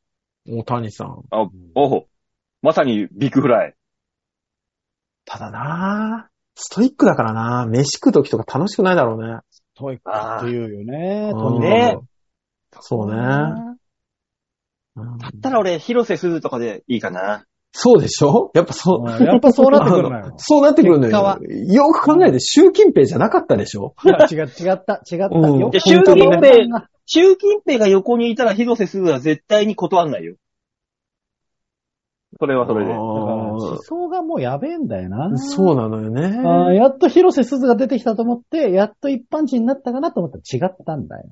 Speaker 1: ん。
Speaker 2: 大谷さん。
Speaker 1: おほ。まさにビッグフライ。
Speaker 2: ただなぁ、ストイックだからなぁ、飯食う時とか楽しくないだろうね。
Speaker 3: トイックっていうよね。と
Speaker 2: うん
Speaker 3: にかく
Speaker 1: ね
Speaker 2: そうね。うん
Speaker 1: だったら俺、広瀬すずとかでいいかな。
Speaker 2: そうでしょやっぱそう、。
Speaker 3: うんやっぱそうなってくるのよ
Speaker 2: そうなってくるの
Speaker 3: 結果は
Speaker 2: よ。よく考えて、習近平じゃなかったでしょ
Speaker 3: いや違う、違った、違った。
Speaker 2: うん
Speaker 3: よ
Speaker 1: で
Speaker 3: く
Speaker 1: 習近
Speaker 3: 本当にね
Speaker 1: 平、習近平が横にいたら広瀬すずは絶対に断んないよ。それはそれで
Speaker 2: あ。
Speaker 3: だから
Speaker 2: ー
Speaker 3: 思想がもうやべえんだよな。
Speaker 2: そうなのよね。
Speaker 3: あーやっと広瀬すずが出てきたと思って、やっと一般人になったかなと思ったら違ったんだよ。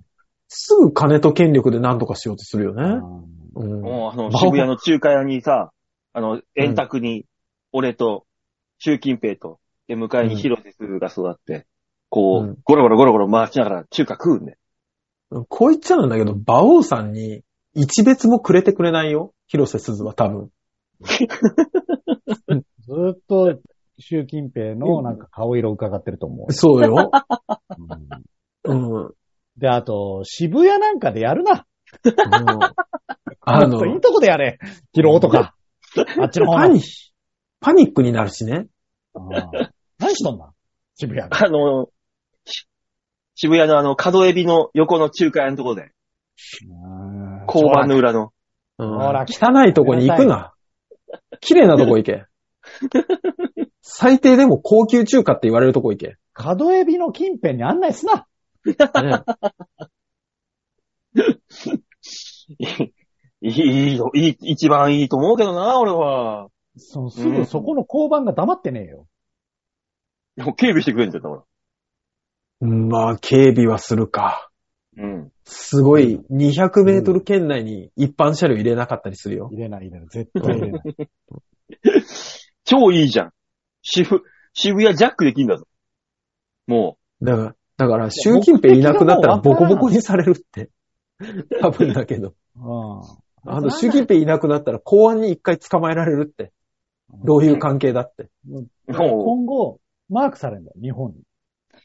Speaker 2: すぐ金と権力で何とかしようとするよ
Speaker 3: あ
Speaker 2: ね。
Speaker 3: ー
Speaker 2: うん
Speaker 1: もうあの、渋谷の中華屋に さ、あの、円卓に、俺と、習近平と、で、向かいに広瀬すずが育って、こ
Speaker 2: うん
Speaker 1: う、ゴロゴロゴロゴロ回しながら中華食うんで。
Speaker 2: こう言っちゃうんだけど、馬王さんに一別もくれてくれないよ。広瀬すずは多分。
Speaker 3: ずーっと、習近平のなんか顔色を伺ってると思う。
Speaker 2: そう よ。
Speaker 3: う
Speaker 2: う
Speaker 3: ん
Speaker 2: ん。もう
Speaker 3: で、あと、渋谷なんかでやるな。
Speaker 2: あ
Speaker 3: もっとい
Speaker 2: の
Speaker 3: い、とこでやれ。広尾と か。あっちの方
Speaker 2: パ
Speaker 3: の。
Speaker 2: ニッ、パニックになるしね。
Speaker 3: あー何しとんな渋谷で。
Speaker 1: あの、し渋谷のあの、角エビの横の中華屋のところで、交番の裏の。
Speaker 2: うん、
Speaker 3: ほら
Speaker 2: 汚いとこに行くな。綺麗なとこ行け。最低でも高級中華って言われるとこ行け。
Speaker 3: 角エビの近辺に案内すな。
Speaker 2: ね、
Speaker 1: いい、いいよ、いい、一番いいと思うけどな、俺は。
Speaker 3: そうすぐそこの交番が黙ってねえよ。
Speaker 1: でも警備してくれんじゃん、だか
Speaker 2: うんまあ、警備はするか。
Speaker 1: ら。うん。
Speaker 2: すごい、200メートル圏内に一般車両入れなかったりするよ。
Speaker 3: 入れない入れない。絶対入れない。
Speaker 1: 超いいじゃん。渋、渋谷ジャックできんだぞ。も
Speaker 2: だから、だから、習近平いなくなったらボコボコにされるって。多分だけど。
Speaker 3: う
Speaker 2: あの、習近平いなくなったら公安に一回捕まえられるって。どういう関係だって。
Speaker 1: う、
Speaker 3: ん
Speaker 1: も
Speaker 3: 今後、マークされるんだよ、日本に。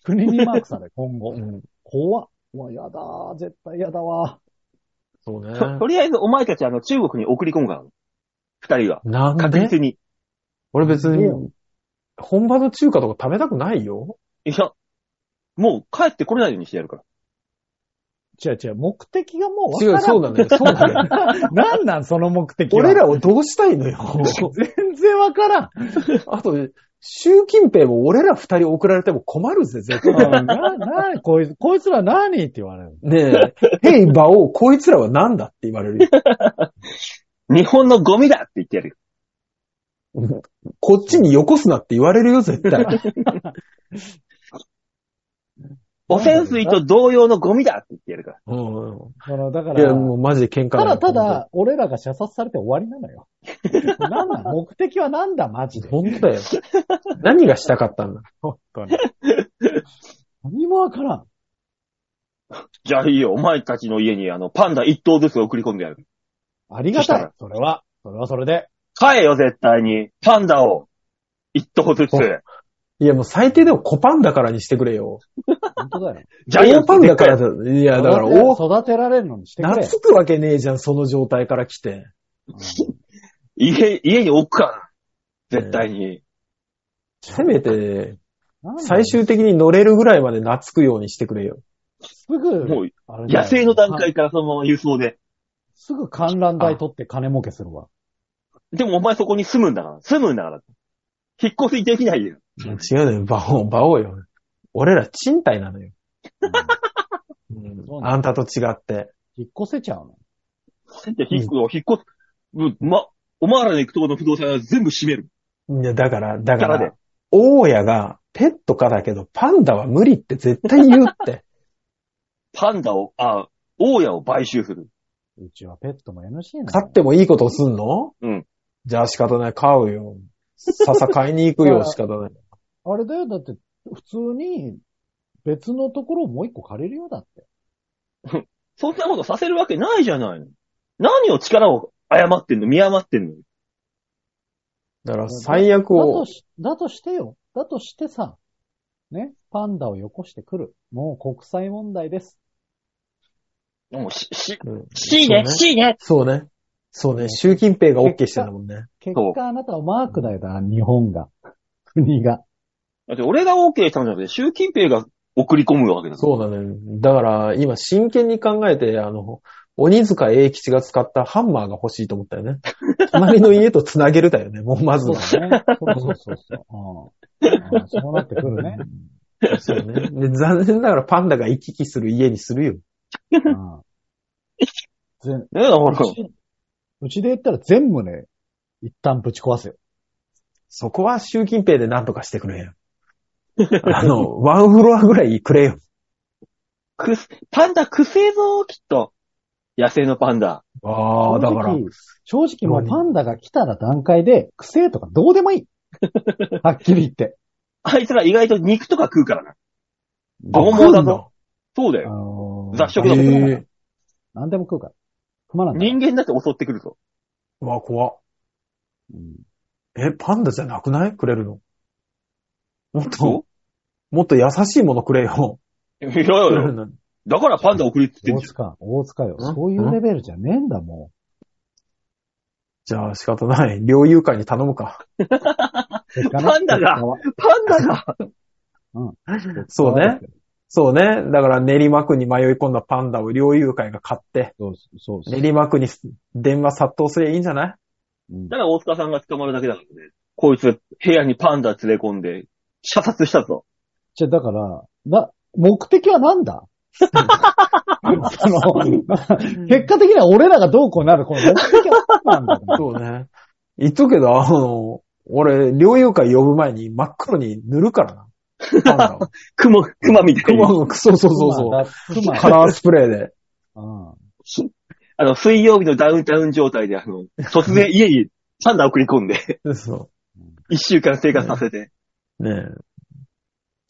Speaker 3: 国にマー クされる、今後
Speaker 2: う。ん。
Speaker 3: 怖っ。うわ、やだー。絶対やだわ
Speaker 2: そう
Speaker 1: う、
Speaker 2: ね。
Speaker 1: ととりあえずお前たちあの、中国に送り込むから。二人が。
Speaker 2: なん
Speaker 1: 確
Speaker 2: で
Speaker 1: 実に。
Speaker 2: 俺別に
Speaker 3: う、
Speaker 2: 本場の中華とか食べたくないよ。
Speaker 1: いや、もう帰ってこれないようにしてやるから。
Speaker 3: ー。違う違う、目的がもうわか
Speaker 2: 違
Speaker 3: ら
Speaker 2: う、
Speaker 3: ん。
Speaker 2: そうなんだよ。そうなんだ よ。
Speaker 3: なんなん、その目的は。
Speaker 2: 俺らをどうしたいのよ。
Speaker 3: 全然わからん。
Speaker 2: あと、習近平も俺ら二人送られても困るぜ、絶対。
Speaker 3: な、な、こいつ、こいつら何って言われる。
Speaker 2: ねえ、ヘイ、馬王、こいつらはなんだって言われるよ。
Speaker 1: 日本のゴミだって言ってやるよ。
Speaker 2: こっちによこすなって言われるよ、絶対。
Speaker 1: 汚染水と同様のゴミだって言ってやるから。
Speaker 2: うんう
Speaker 3: その、だか
Speaker 2: ん。いや、
Speaker 3: ら、
Speaker 2: もうマジで喧嘩
Speaker 3: ただた
Speaker 2: よ
Speaker 3: だ、俺らが射殺されて終わりなのよ。なんだ、目的はなんだ、マジで。
Speaker 2: 本当だよ。何がしたかったんだ
Speaker 3: 本当に。何もわからん。
Speaker 1: じゃあいいよ、お前たちの家にあの、パンダ一頭ずつ送り込んでやる。
Speaker 3: ありがた
Speaker 1: そした
Speaker 3: い
Speaker 1: ら。
Speaker 3: それは、それはそれで。
Speaker 1: 買えよ、絶対に。パンダを。一頭ずつ。
Speaker 2: いや、もう最低でも子パンだからにしてくれよ。
Speaker 3: 本当だよ。
Speaker 1: ジャイア
Speaker 2: 大
Speaker 1: ンツ
Speaker 2: パン
Speaker 1: で
Speaker 2: だ
Speaker 1: っか
Speaker 2: か
Speaker 1: い
Speaker 2: ら
Speaker 1: やつ。
Speaker 2: だ、いや、だから、
Speaker 3: 育
Speaker 2: 大
Speaker 3: て育てられるのにしてくれ。
Speaker 2: 懐くわけねえじゃん、その状態から来て。
Speaker 1: 家、家に置くから。絶対に。
Speaker 2: せめて、
Speaker 3: なんだ よ
Speaker 2: 最終的に乗れるぐらいまで懐くようにしてくれよ。
Speaker 3: すぐ、
Speaker 1: もう、
Speaker 3: あれだよ
Speaker 1: 野生の段階からそのまま輸送で。
Speaker 3: すぐ観覧台取って金儲けする わ。
Speaker 1: でもお前そこに住むんだから。住むんだから。引っ越しできないよ。
Speaker 2: 違うのよ、バオ、バオよ。俺ら賃貸なのよ。うん
Speaker 3: そうなの
Speaker 2: あんたと違って。
Speaker 3: 引っ越せちゃうの。
Speaker 1: で、引っ越、引っ越す。うんま、お前らの行くとこの不動産は全部閉める。
Speaker 2: いや、だから、
Speaker 1: だ
Speaker 2: だか
Speaker 1: から
Speaker 2: ら
Speaker 1: ね、
Speaker 2: 大家がペットかだけど、パンダは無理って絶対言う って。
Speaker 1: パンダを、あ、大家を買収する。
Speaker 3: うちはペットも NC なの。
Speaker 2: 買ってもいいことすんの
Speaker 1: うん。
Speaker 2: じゃあ仕方ない、買うよ。笹買いに行く よ、仕方ない。
Speaker 3: あれだよ、だって、普通に、別のところをもう一個借りるよ、だって。
Speaker 1: そんなことさせるわけないじゃないの。何を力を誤ってんの見余ってんの
Speaker 2: だから、最悪
Speaker 3: だ
Speaker 2: を
Speaker 3: と。し、だとしてよ。だとしてさ、ね、パンダをよこしてくる。もう国際問題です。
Speaker 1: もう、し、し、
Speaker 2: うん
Speaker 1: しね、しね。
Speaker 2: そうね。そうね。習近平が OK してんだもんね。
Speaker 3: 結
Speaker 1: そう
Speaker 3: 果あなたはマークだよだ、日本が。国が。
Speaker 1: だって俺が OK したんじゃなくて、習近平が送り込むわけだから。
Speaker 2: そうだね。だから、今真剣に考えて、あの、鬼塚英吉が使ったハンマーが欲しいと思ったよね。 隣の家と繋げるだよね。もうまず
Speaker 3: そう
Speaker 2: は。
Speaker 3: だね。そうそうそうそう、うんうんそうなってくるね。
Speaker 2: そうね。で残念ながらパンダが行き来する家にするよ。
Speaker 3: うん全
Speaker 1: ねだから
Speaker 3: うちうちで言ったら全部ね、一旦ぶち壊すよ。
Speaker 2: そこは習近平で何とかしてく れよ。あの、ワンフロアぐらいくれよ。
Speaker 1: くす、パンダくせえぞ、きっと。野生のパンダ。
Speaker 2: ああ、だから。
Speaker 3: 正直もうパンダが来たら段階で、くせえとかどう でもいい。はっきり言って。
Speaker 1: あいつら意外と肉とか食うからな。
Speaker 2: あ
Speaker 1: 拷問だ
Speaker 2: 来んだ
Speaker 1: ぞ。そうだ
Speaker 3: あ
Speaker 1: よ。
Speaker 3: のー
Speaker 1: 雑食だもん
Speaker 3: 何でも
Speaker 2: へ
Speaker 3: 食う
Speaker 2: え
Speaker 3: 何でも食うから。踏まなんだ。
Speaker 1: 人間だって襲ってくるぞ。
Speaker 2: うわ、怖っ
Speaker 3: うん
Speaker 2: え、パンダじゃなくないくれるの。もっと
Speaker 1: そ、
Speaker 2: もっと優しいものくれよ。
Speaker 1: ういやいや
Speaker 2: くれ
Speaker 1: い
Speaker 2: る
Speaker 1: や
Speaker 2: のに
Speaker 1: だからパンダ送りつってん
Speaker 3: 大
Speaker 1: じゃん。
Speaker 3: 塚、大塚よ。
Speaker 2: うん
Speaker 3: そういうレベルじゃねえんだ、も
Speaker 2: じゃあ仕方ない。猟友会に頼むか。
Speaker 3: う。結果ね
Speaker 1: パンダが
Speaker 3: 結果は
Speaker 1: パンダが
Speaker 2: そうね。そうね。だから練馬区に迷い込んだパンダを猟友会が買って、
Speaker 3: そうそうそう。
Speaker 2: 練馬区に電話殺到すればいいんじゃない
Speaker 3: うん
Speaker 1: だから大塚さんが捕まるだけだからね。こいつ、部屋にパンダ連れ込んで、射殺したぞ。
Speaker 3: じゃあ、だから、な、目的はなんだその、結果的には俺らがどうこうなる、この目的は何なんだ
Speaker 2: そうね。言っとくけど、あの、俺、猟友会呼ぶ前に真っ黒に塗るからな。パンダを。
Speaker 1: 雲、熊みたい
Speaker 2: ク
Speaker 1: に。
Speaker 2: マのクソ、そうそうそう。
Speaker 3: う。つま
Speaker 2: カラースプレーで。
Speaker 1: あの、水曜日のダウンタウン状態で、あの、突然家 にパンダ送り込んで、
Speaker 2: そう。
Speaker 1: 一週間生活させて。
Speaker 2: ねえ。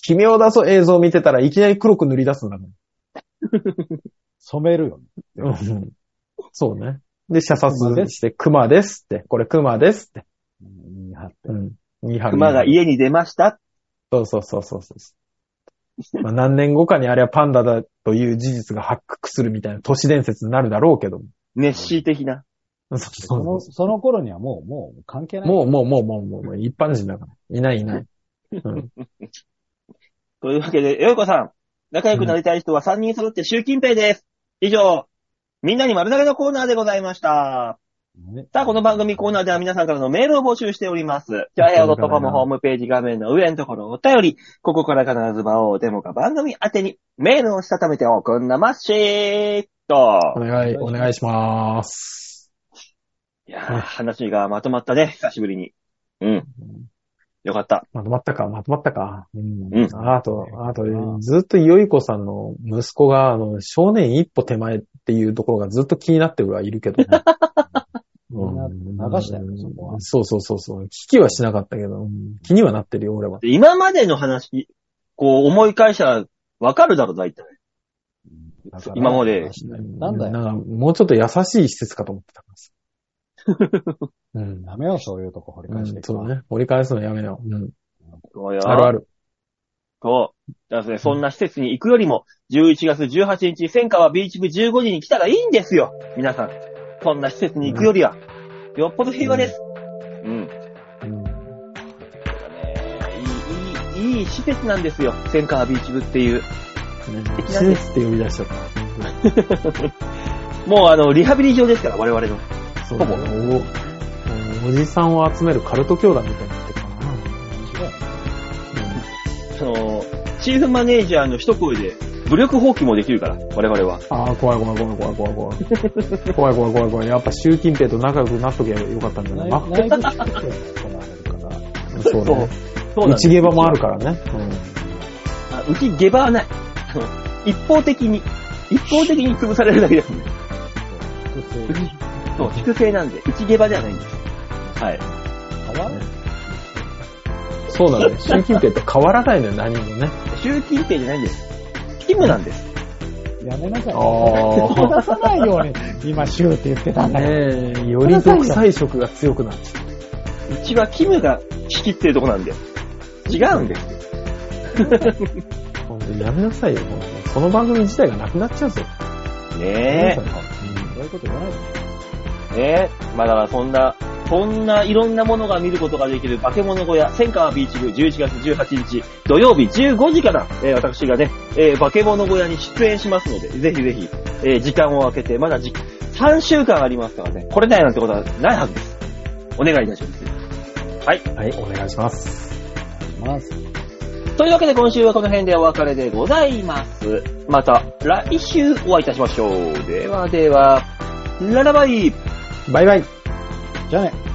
Speaker 2: 君を出そう映像を見てたらいきなり黒く塗り出すんだも
Speaker 3: 染めるよね。
Speaker 2: ん。そうね。で、射殺して、熊ですって。これ熊ですって。
Speaker 3: うん見張って
Speaker 2: うん。二波
Speaker 1: 熊が家に出ました。
Speaker 2: そうそうそうそうそう。まあ、何年後かにあれはパンダだという事実が発覚するみたいな都市伝説になるだろうけども。
Speaker 1: ネッシー的な。
Speaker 2: そうそ
Speaker 3: そ
Speaker 2: そ
Speaker 3: うの、
Speaker 2: う
Speaker 3: その頃にはもう、もう関係ない。
Speaker 2: もうもうもうもうもうもう一般人だから。いないいない。
Speaker 1: というわけで、よいこさん、仲良くなりたい人は3人揃って習近平です。以上、みんなに丸投げのコーナーでございました。
Speaker 3: ね
Speaker 1: さあ、この番組コーナーでは皆さんからのメールを募集しております。ジャイアドットコムホームページ画面の上のところお便り、ここから必ず場をデモか番組宛てにメールをしたためておくんなましーっ
Speaker 2: お
Speaker 1: と。
Speaker 2: 願い、お願いします。
Speaker 1: いやー話がまとまったね、久しぶりに。うん。よかった。
Speaker 2: まとまったか、まとまったか。
Speaker 3: うん。
Speaker 1: うん。
Speaker 2: ああと、あと、ずっとよいこさんの息子が、あの、少年一歩手前っていうところがずっと気になってはいるけど ね。
Speaker 3: 流したよそこは
Speaker 2: そうそうそうそう。聞きはしなかったけど、うん気にはなってるよ、俺は。
Speaker 1: で今までの話、こう思い返したらわかるだろ、大体。今まで
Speaker 3: なんだよ。
Speaker 2: なんか、もうちょっと優しい施設かと思ってたからさ。 うん。
Speaker 3: ダメよ、そういうとこ掘り
Speaker 2: う
Speaker 3: 返してい
Speaker 2: ん、
Speaker 3: く
Speaker 2: そ
Speaker 3: の
Speaker 2: う
Speaker 3: は。
Speaker 2: ね。折り返すのやめよう。うん。
Speaker 1: そうよ
Speaker 2: あるある。
Speaker 1: そう。だからねそんな施設に行くよりも、11月18日、千川ビーチ部15時に来たらいいんですよ。皆さん。そんな施設に行くよりは、よっぽど平和です。うん。
Speaker 2: うん
Speaker 1: だからねいい、いい、いい施設なんですよ。千川ビーチ部っていう。
Speaker 2: ね施設 って呼び出しちゃった。
Speaker 1: もうあの、リハビリ場ですから、我々の。
Speaker 2: そうだねおおじさんを集めるカルト教団みたいになってるかな。
Speaker 1: その、チーフマネージャーの一声で、武力放棄もできるから、我々は。
Speaker 2: ああ、怖い怖い怖い怖い怖い怖い。怖い怖い怖い怖い。やっぱ習近平と仲良くなっときゃよかったんじゃないか
Speaker 3: 内内部職権に含まれるから。
Speaker 2: そう
Speaker 1: そう
Speaker 2: ね。
Speaker 1: そうなんで
Speaker 2: 内
Speaker 1: す
Speaker 2: ゲバもあるからね。
Speaker 1: あうち下馬はない。あの一方的に、一方的に潰されるだけです。
Speaker 3: 複数
Speaker 1: そう、粛清なんで、内下馬ではないんです。はい。
Speaker 3: 変わる
Speaker 2: うんそうなんだよ。習近平って変わらないのよ、何もね。
Speaker 1: 習近平じゃないんです。キムなんです。
Speaker 3: やめなさい。
Speaker 2: あ
Speaker 3: 出さないように、今、シューって言ってた
Speaker 2: あ。
Speaker 3: んだよ。
Speaker 2: ねえ、より独裁色が強くなっちゃっ
Speaker 1: うちはキムが仕切ってるとこなんで。違うんです。
Speaker 2: た。ほんとやめなさいよ、もうその番組自体がなくなっちゃうぞ。
Speaker 1: ね
Speaker 3: そういうこと言わないで
Speaker 1: え。ねえ。まあだからそんな、そんないろんなものが見ることができる化け物小屋、千川ビーチ部11月18日土曜日15時から、えー私がね、えー化け物小屋に出演しますので、ぜひぜひ、えー時間を空けて、まだじ3週間ありますからね、これないなんてことはないはずです。お願いいたします。
Speaker 2: はい、お願いします。
Speaker 3: お願いします。
Speaker 1: というわけで今週はこの辺でお別れでございます。また来週お会いいたしましょう。ではでは、ララバイ
Speaker 2: バイバイ。
Speaker 3: じゃあね。